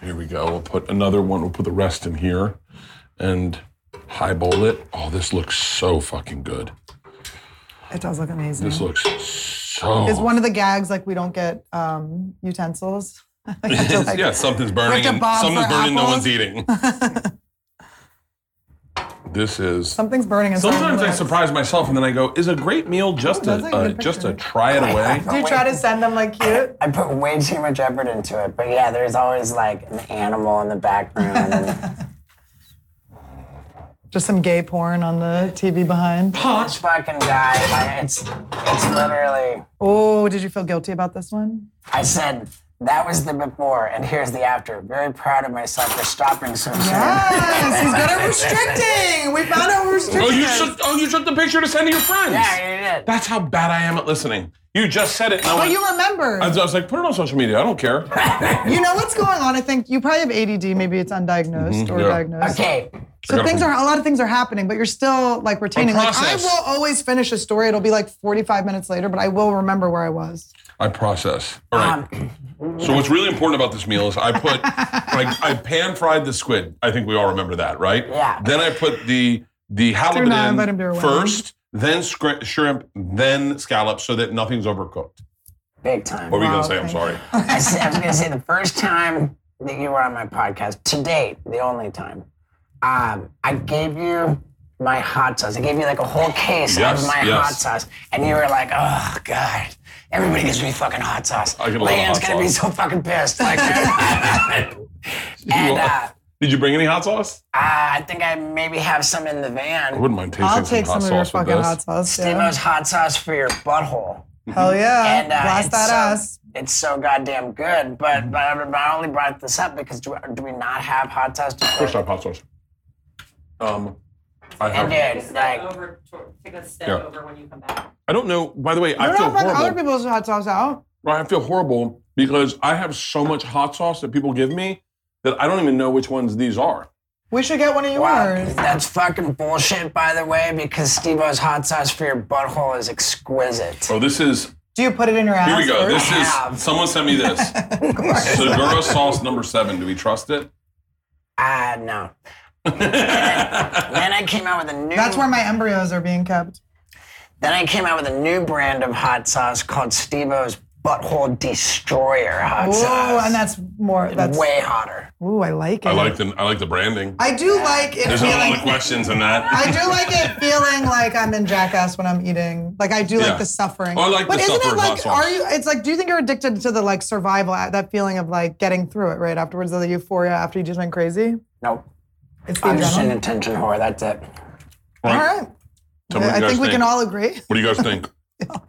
[SPEAKER 2] Here we go. We'll put another one. We'll put the rest in here and highball it. Oh, this looks so fucking good.
[SPEAKER 3] It does look amazing.
[SPEAKER 2] This looks so.
[SPEAKER 3] It's one of the gags like we don't get um, utensils. Like, I feel like-
[SPEAKER 2] yeah, something's
[SPEAKER 3] Like
[SPEAKER 2] burning.
[SPEAKER 3] the
[SPEAKER 2] And
[SPEAKER 3] bomb
[SPEAKER 2] something's
[SPEAKER 3] for
[SPEAKER 2] burning. No one's
[SPEAKER 3] apples.
[SPEAKER 2] eating. this is.
[SPEAKER 3] Something's burning inside.
[SPEAKER 2] Sometimes I
[SPEAKER 3] Like-
[SPEAKER 2] surprise myself, and then I go, "Is a great meal just
[SPEAKER 3] that's
[SPEAKER 2] a,
[SPEAKER 3] a
[SPEAKER 2] uh,
[SPEAKER 3] good
[SPEAKER 2] just a
[SPEAKER 3] picture.
[SPEAKER 2] try it away?"
[SPEAKER 3] Do you try to send them like cute?
[SPEAKER 5] I put way too much effort into it, but yeah, there's always like an animal in the background. And
[SPEAKER 3] Just some gay porn on the TV behind.
[SPEAKER 5] this fucking guy, like, it's it's literally.
[SPEAKER 3] Oh, did you feel guilty about this one?
[SPEAKER 5] I said that was the before, and here's the after. Very proud of myself for stopping so soon.
[SPEAKER 3] Yes, he's good at restricting. We found out we're restricting.
[SPEAKER 2] Oh, you
[SPEAKER 3] it.
[SPEAKER 2] took oh you took the picture to send to your friends.
[SPEAKER 5] Yeah, you did.
[SPEAKER 2] That's how bad I am at listening. You just said it, and I
[SPEAKER 3] But
[SPEAKER 2] went.
[SPEAKER 3] Oh, you remember.
[SPEAKER 2] I was, I was like, "Put it on social media. I don't care."
[SPEAKER 3] You know what's going on. I think you probably have ADD. Maybe it's undiagnosed or
[SPEAKER 2] Mm-hmm. yeah.
[SPEAKER 3] diagnosed.
[SPEAKER 5] Okay,
[SPEAKER 2] I
[SPEAKER 3] So
[SPEAKER 2] gotta
[SPEAKER 3] things are a lot of things are happening, but you're still like retaining. Like I
[SPEAKER 2] process.
[SPEAKER 3] will always finish a story. It'll be like 45 minutes later, but I will remember where I was.
[SPEAKER 2] I process. All right.
[SPEAKER 5] Um,
[SPEAKER 2] so what's really important about this meal is I put like I pan fried the squid. I think we all remember that, right?
[SPEAKER 5] Yeah.
[SPEAKER 2] Then I put the the halibut
[SPEAKER 3] not inviting
[SPEAKER 2] in
[SPEAKER 3] me around.
[SPEAKER 2] first, then scri- shrimp, then scallops, so that nothing's overcooked.
[SPEAKER 5] big time.
[SPEAKER 2] What were you
[SPEAKER 3] Wow,
[SPEAKER 2] gonna say? I'm
[SPEAKER 3] thank
[SPEAKER 2] sorry.
[SPEAKER 5] I, said, I was going to say the first time that you were on my podcast to date, the only time, um, I gave you my hot sauce. I gave you like a whole case
[SPEAKER 2] Yes,
[SPEAKER 5] of my
[SPEAKER 2] yes.
[SPEAKER 5] hot sauce, and you were like, "Oh God, everybody gives me fucking hot sauce.
[SPEAKER 2] I get a lot of
[SPEAKER 5] Leanne's
[SPEAKER 2] hot
[SPEAKER 5] gonna be
[SPEAKER 2] sauce.
[SPEAKER 5] so fucking pissed." Like, and uh,
[SPEAKER 2] Did you bring any hot sauce?
[SPEAKER 5] Ah, I think I maybe have some in the
[SPEAKER 2] I
[SPEAKER 5] van.
[SPEAKER 2] wouldn't mind tasting
[SPEAKER 3] I'll take
[SPEAKER 2] some
[SPEAKER 3] some
[SPEAKER 2] hot
[SPEAKER 3] of your
[SPEAKER 2] sauce with
[SPEAKER 3] fucking
[SPEAKER 2] this.
[SPEAKER 3] hot sauce. Yeah.
[SPEAKER 5] Stevo's hot sauce for your butthole.
[SPEAKER 3] Hell yeah.
[SPEAKER 5] And, uh,
[SPEAKER 3] Blast
[SPEAKER 5] it's
[SPEAKER 3] that
[SPEAKER 5] so,
[SPEAKER 3] ass.
[SPEAKER 5] It's so goddamn good, but but I, but I only brought this up because do, do we not have hot sauce? To
[SPEAKER 2] Of course, I have hot sauce. Um, I
[SPEAKER 5] And
[SPEAKER 2] have.
[SPEAKER 5] dude, like
[SPEAKER 6] over, take a step
[SPEAKER 2] Yeah.
[SPEAKER 6] over when you come back.
[SPEAKER 2] I don't know. By the way, I
[SPEAKER 3] You're
[SPEAKER 2] feel
[SPEAKER 3] not putting other
[SPEAKER 2] horrible.
[SPEAKER 3] people's hot sauce out.
[SPEAKER 2] Right, I feel horrible because I have so much hot sauce that people give me that I don't even know which ones these are.
[SPEAKER 3] We should get one of
[SPEAKER 5] wow,
[SPEAKER 3] yours.
[SPEAKER 5] that's fucking bullshit, by the way, because Stevo's hot sauce for your butthole is exquisite.
[SPEAKER 2] Oh, this is
[SPEAKER 3] Do you put it in your ass?
[SPEAKER 2] here we go. This
[SPEAKER 3] first?
[SPEAKER 2] is someone sent me this. Segura sauce number seven. Do we trust it?
[SPEAKER 5] Ah, no. then I came out with a new.
[SPEAKER 3] That's where my embryos are being kept.
[SPEAKER 5] Then I came out with a new brand of hot sauce called Stevo's Butthole Destroyer hot
[SPEAKER 3] Ooh,
[SPEAKER 5] sauce.
[SPEAKER 3] and that's more. That's
[SPEAKER 5] way hotter.
[SPEAKER 3] ooh, I like it.
[SPEAKER 2] I like the I like the branding.
[SPEAKER 3] I do like it
[SPEAKER 2] There's a lot of
[SPEAKER 3] feeling.
[SPEAKER 2] questions in that.
[SPEAKER 3] I do like it feeling like I'm in Jackass when I'm eating. Like I do
[SPEAKER 2] Yeah.
[SPEAKER 3] like the suffering.
[SPEAKER 2] Oh, I like
[SPEAKER 3] but
[SPEAKER 2] the
[SPEAKER 3] isn't
[SPEAKER 2] suffering
[SPEAKER 3] it
[SPEAKER 2] hot
[SPEAKER 3] like?
[SPEAKER 2] sauce.
[SPEAKER 3] Are you? It's like. Do you think you're addicted to the like survival? uh, That feeling of like getting through it right afterwards, the euphoria after you do something crazy.
[SPEAKER 5] Nope.
[SPEAKER 3] It's the
[SPEAKER 5] I'm just an
[SPEAKER 3] adrenaline.
[SPEAKER 5] attention whore. That's it.
[SPEAKER 3] All right.
[SPEAKER 2] Tell me what
[SPEAKER 3] I
[SPEAKER 2] you guys
[SPEAKER 3] think we can all agree.
[SPEAKER 2] What do you guys think?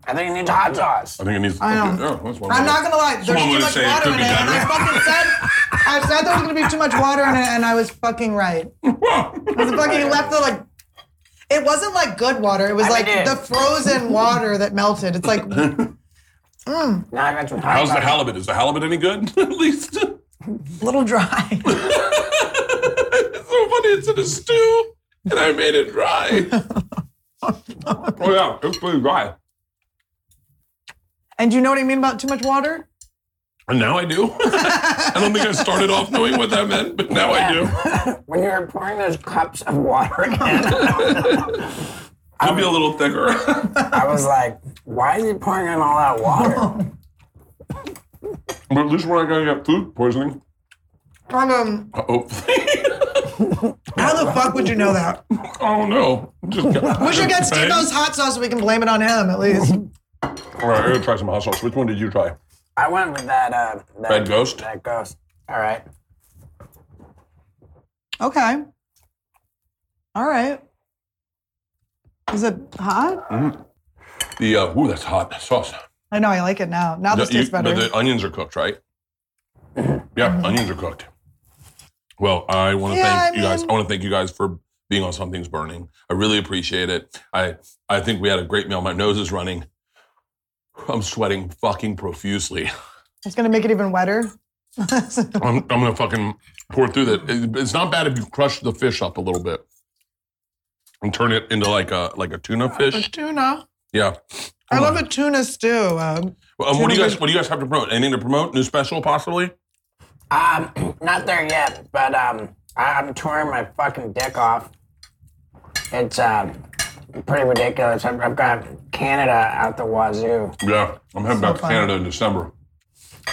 [SPEAKER 5] I think you need hot sauce.
[SPEAKER 2] I think it needs.
[SPEAKER 3] I know.
[SPEAKER 2] Yeah, that's one
[SPEAKER 3] I'm
[SPEAKER 2] way.
[SPEAKER 3] not gonna lie. There's
[SPEAKER 2] Someone
[SPEAKER 3] too
[SPEAKER 2] would've
[SPEAKER 3] much
[SPEAKER 2] said it
[SPEAKER 3] water
[SPEAKER 2] could
[SPEAKER 3] in
[SPEAKER 2] be
[SPEAKER 3] it, and I
[SPEAKER 2] better.
[SPEAKER 3] fucking said, I said there was gonna be too much water in it, and I was fucking right. I was fucking you left the like. It wasn't like good water. It was
[SPEAKER 5] I
[SPEAKER 3] like
[SPEAKER 5] mean, it-
[SPEAKER 3] the frozen water that melted. It's like
[SPEAKER 5] Now I got some hot
[SPEAKER 2] How's the
[SPEAKER 5] sauce.
[SPEAKER 2] halibut? Is the halibut any good? At least.
[SPEAKER 3] little dry.
[SPEAKER 2] It's so funny. It's in a stew, and I made it dry. oh yeah, it's pretty dry.
[SPEAKER 3] and you know what I mean about too much water?
[SPEAKER 2] And now I do. I don't think I started off knowing what that meant, but now I do.
[SPEAKER 5] When you were pouring those cups of water in, I
[SPEAKER 2] It'll be a little thicker.
[SPEAKER 5] was like, why is he pouring in all that water?
[SPEAKER 2] but at least we're not gonna get food poisoning.
[SPEAKER 3] Kind of.
[SPEAKER 2] Oh,
[SPEAKER 3] How the fuck would you know that?
[SPEAKER 2] oh no! Just
[SPEAKER 3] We should get Steve-O's hot sauce so we can blame it on him at least.
[SPEAKER 2] All right, I'm gonna try some hot sauce. Which one did you try?
[SPEAKER 5] I went with that, uh, that
[SPEAKER 2] Red Ghost?
[SPEAKER 5] That ghost. All right.
[SPEAKER 3] Okay. All right. Is it hot?
[SPEAKER 2] The uh, ooh, that's hot that sauce.
[SPEAKER 3] I know I like it now. Now this
[SPEAKER 2] You-
[SPEAKER 3] tastes better. Mm-hmm.
[SPEAKER 2] But the onions are cooked, right? Yeah, onions are cooked. Well, I want to
[SPEAKER 3] Yeah,
[SPEAKER 2] thank
[SPEAKER 3] I
[SPEAKER 2] you guys.
[SPEAKER 3] mean-
[SPEAKER 2] I want to thank you guys for being on Something's Burning. I really appreciate it. I I think we had a great meal. My nose is running. I'm sweating fucking profusely.
[SPEAKER 3] It's gonna make it even wetter.
[SPEAKER 2] I'm, I'm gonna fucking pour through that. It- It's not bad if you crush the fish up a little bit and turn it into like a like a tuna fish.
[SPEAKER 3] tuna.
[SPEAKER 2] Yeah.
[SPEAKER 3] I love a tuna stew. Um,
[SPEAKER 2] Well, Um, what do you
[SPEAKER 3] Tuna
[SPEAKER 2] guys What do you guys have to promote? Anything to promote? New special possibly?
[SPEAKER 5] Um, not there yet, but um, I, I'm touring my fucking dick off. It's uh, pretty ridiculous. I've, I've got Canada out the wazoo.
[SPEAKER 2] Yeah, I'm heading back to
[SPEAKER 3] fun.
[SPEAKER 2] Canada in December.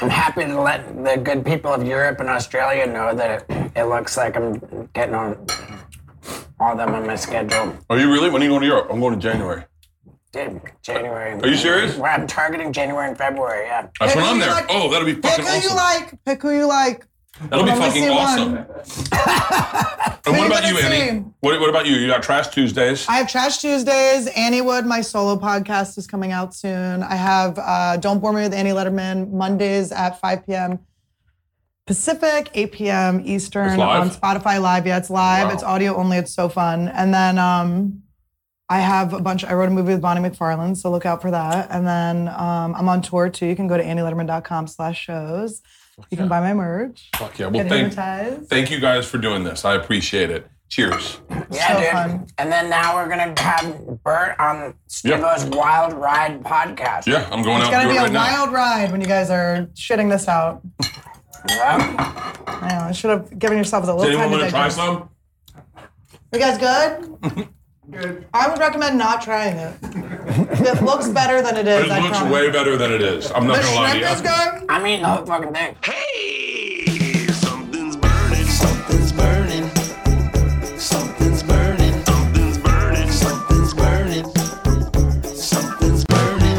[SPEAKER 5] I'm happy to let the good people of Europe and Australia know that it, it looks like I'm getting on all them on my schedule.
[SPEAKER 2] Are you really? When are you going to Europe? I'm going in January.
[SPEAKER 5] Dude, January.
[SPEAKER 2] Are you serious?
[SPEAKER 5] Where I'm targeting January and February, yeah.
[SPEAKER 2] That's when
[SPEAKER 3] Pick who
[SPEAKER 2] I'm
[SPEAKER 3] you
[SPEAKER 2] there.
[SPEAKER 3] like.
[SPEAKER 2] oh, that'll be
[SPEAKER 3] Pick
[SPEAKER 2] fucking
[SPEAKER 3] who you
[SPEAKER 2] awesome.
[SPEAKER 3] like. Pick who you like.
[SPEAKER 2] that'll be
[SPEAKER 3] Let me
[SPEAKER 2] fucking
[SPEAKER 3] see one.
[SPEAKER 2] awesome. and what about you,
[SPEAKER 3] Let me see.
[SPEAKER 2] Annie? What, what about you? You got Trash Tuesdays.
[SPEAKER 3] I have Trash Tuesdays. Annie Wood, my solo podcast, is coming out soon. I have uh, Don't Bore Me with Annie Letterman Mondays at 5 p.m. Pacific, 8 p.m. Eastern
[SPEAKER 2] It's live?
[SPEAKER 3] on Spotify Live. Yeah, it's live.
[SPEAKER 2] Wow.
[SPEAKER 3] It's audio only. It's so fun. And then um, I have a bunch. I wrote a movie with Bonnie McFarland, so look out for that. And then um, I'm on tour too. You can go to annieletterman.com slash shows. You can buy my merch.
[SPEAKER 2] Fuck yeah. Well,
[SPEAKER 3] Get
[SPEAKER 2] thank,
[SPEAKER 3] hypnotized.
[SPEAKER 2] thank you guys for doing this. I appreciate it. Cheers.
[SPEAKER 5] Yeah,
[SPEAKER 3] So
[SPEAKER 5] dude.
[SPEAKER 3] fun.
[SPEAKER 5] And then now we're gonna have Bert on Stevo's Wild Ride podcast.
[SPEAKER 2] Yeah, I'm going
[SPEAKER 3] It's
[SPEAKER 2] out
[SPEAKER 3] gonna
[SPEAKER 2] and
[SPEAKER 3] be
[SPEAKER 2] do it
[SPEAKER 3] a
[SPEAKER 2] right now.
[SPEAKER 3] wild ride when you guys are shitting this out.
[SPEAKER 5] Yeah.
[SPEAKER 3] I know. I should have given yourself a
[SPEAKER 2] Does
[SPEAKER 3] little
[SPEAKER 2] anyone
[SPEAKER 3] time to
[SPEAKER 2] want to try
[SPEAKER 3] digest.
[SPEAKER 2] some?
[SPEAKER 3] You guys good? I would recommend not trying it. it looks better than it is.
[SPEAKER 2] It
[SPEAKER 3] I
[SPEAKER 2] looks
[SPEAKER 3] promise.
[SPEAKER 2] way better than it is. I'm
[SPEAKER 3] the
[SPEAKER 2] not gonna lie to
[SPEAKER 3] shrimp
[SPEAKER 2] you.
[SPEAKER 3] is good.
[SPEAKER 5] I'm eating the whole fucking thing.
[SPEAKER 4] Hey, something's burning, something's burning, something's burning, something's burning, something's burning, something's burning.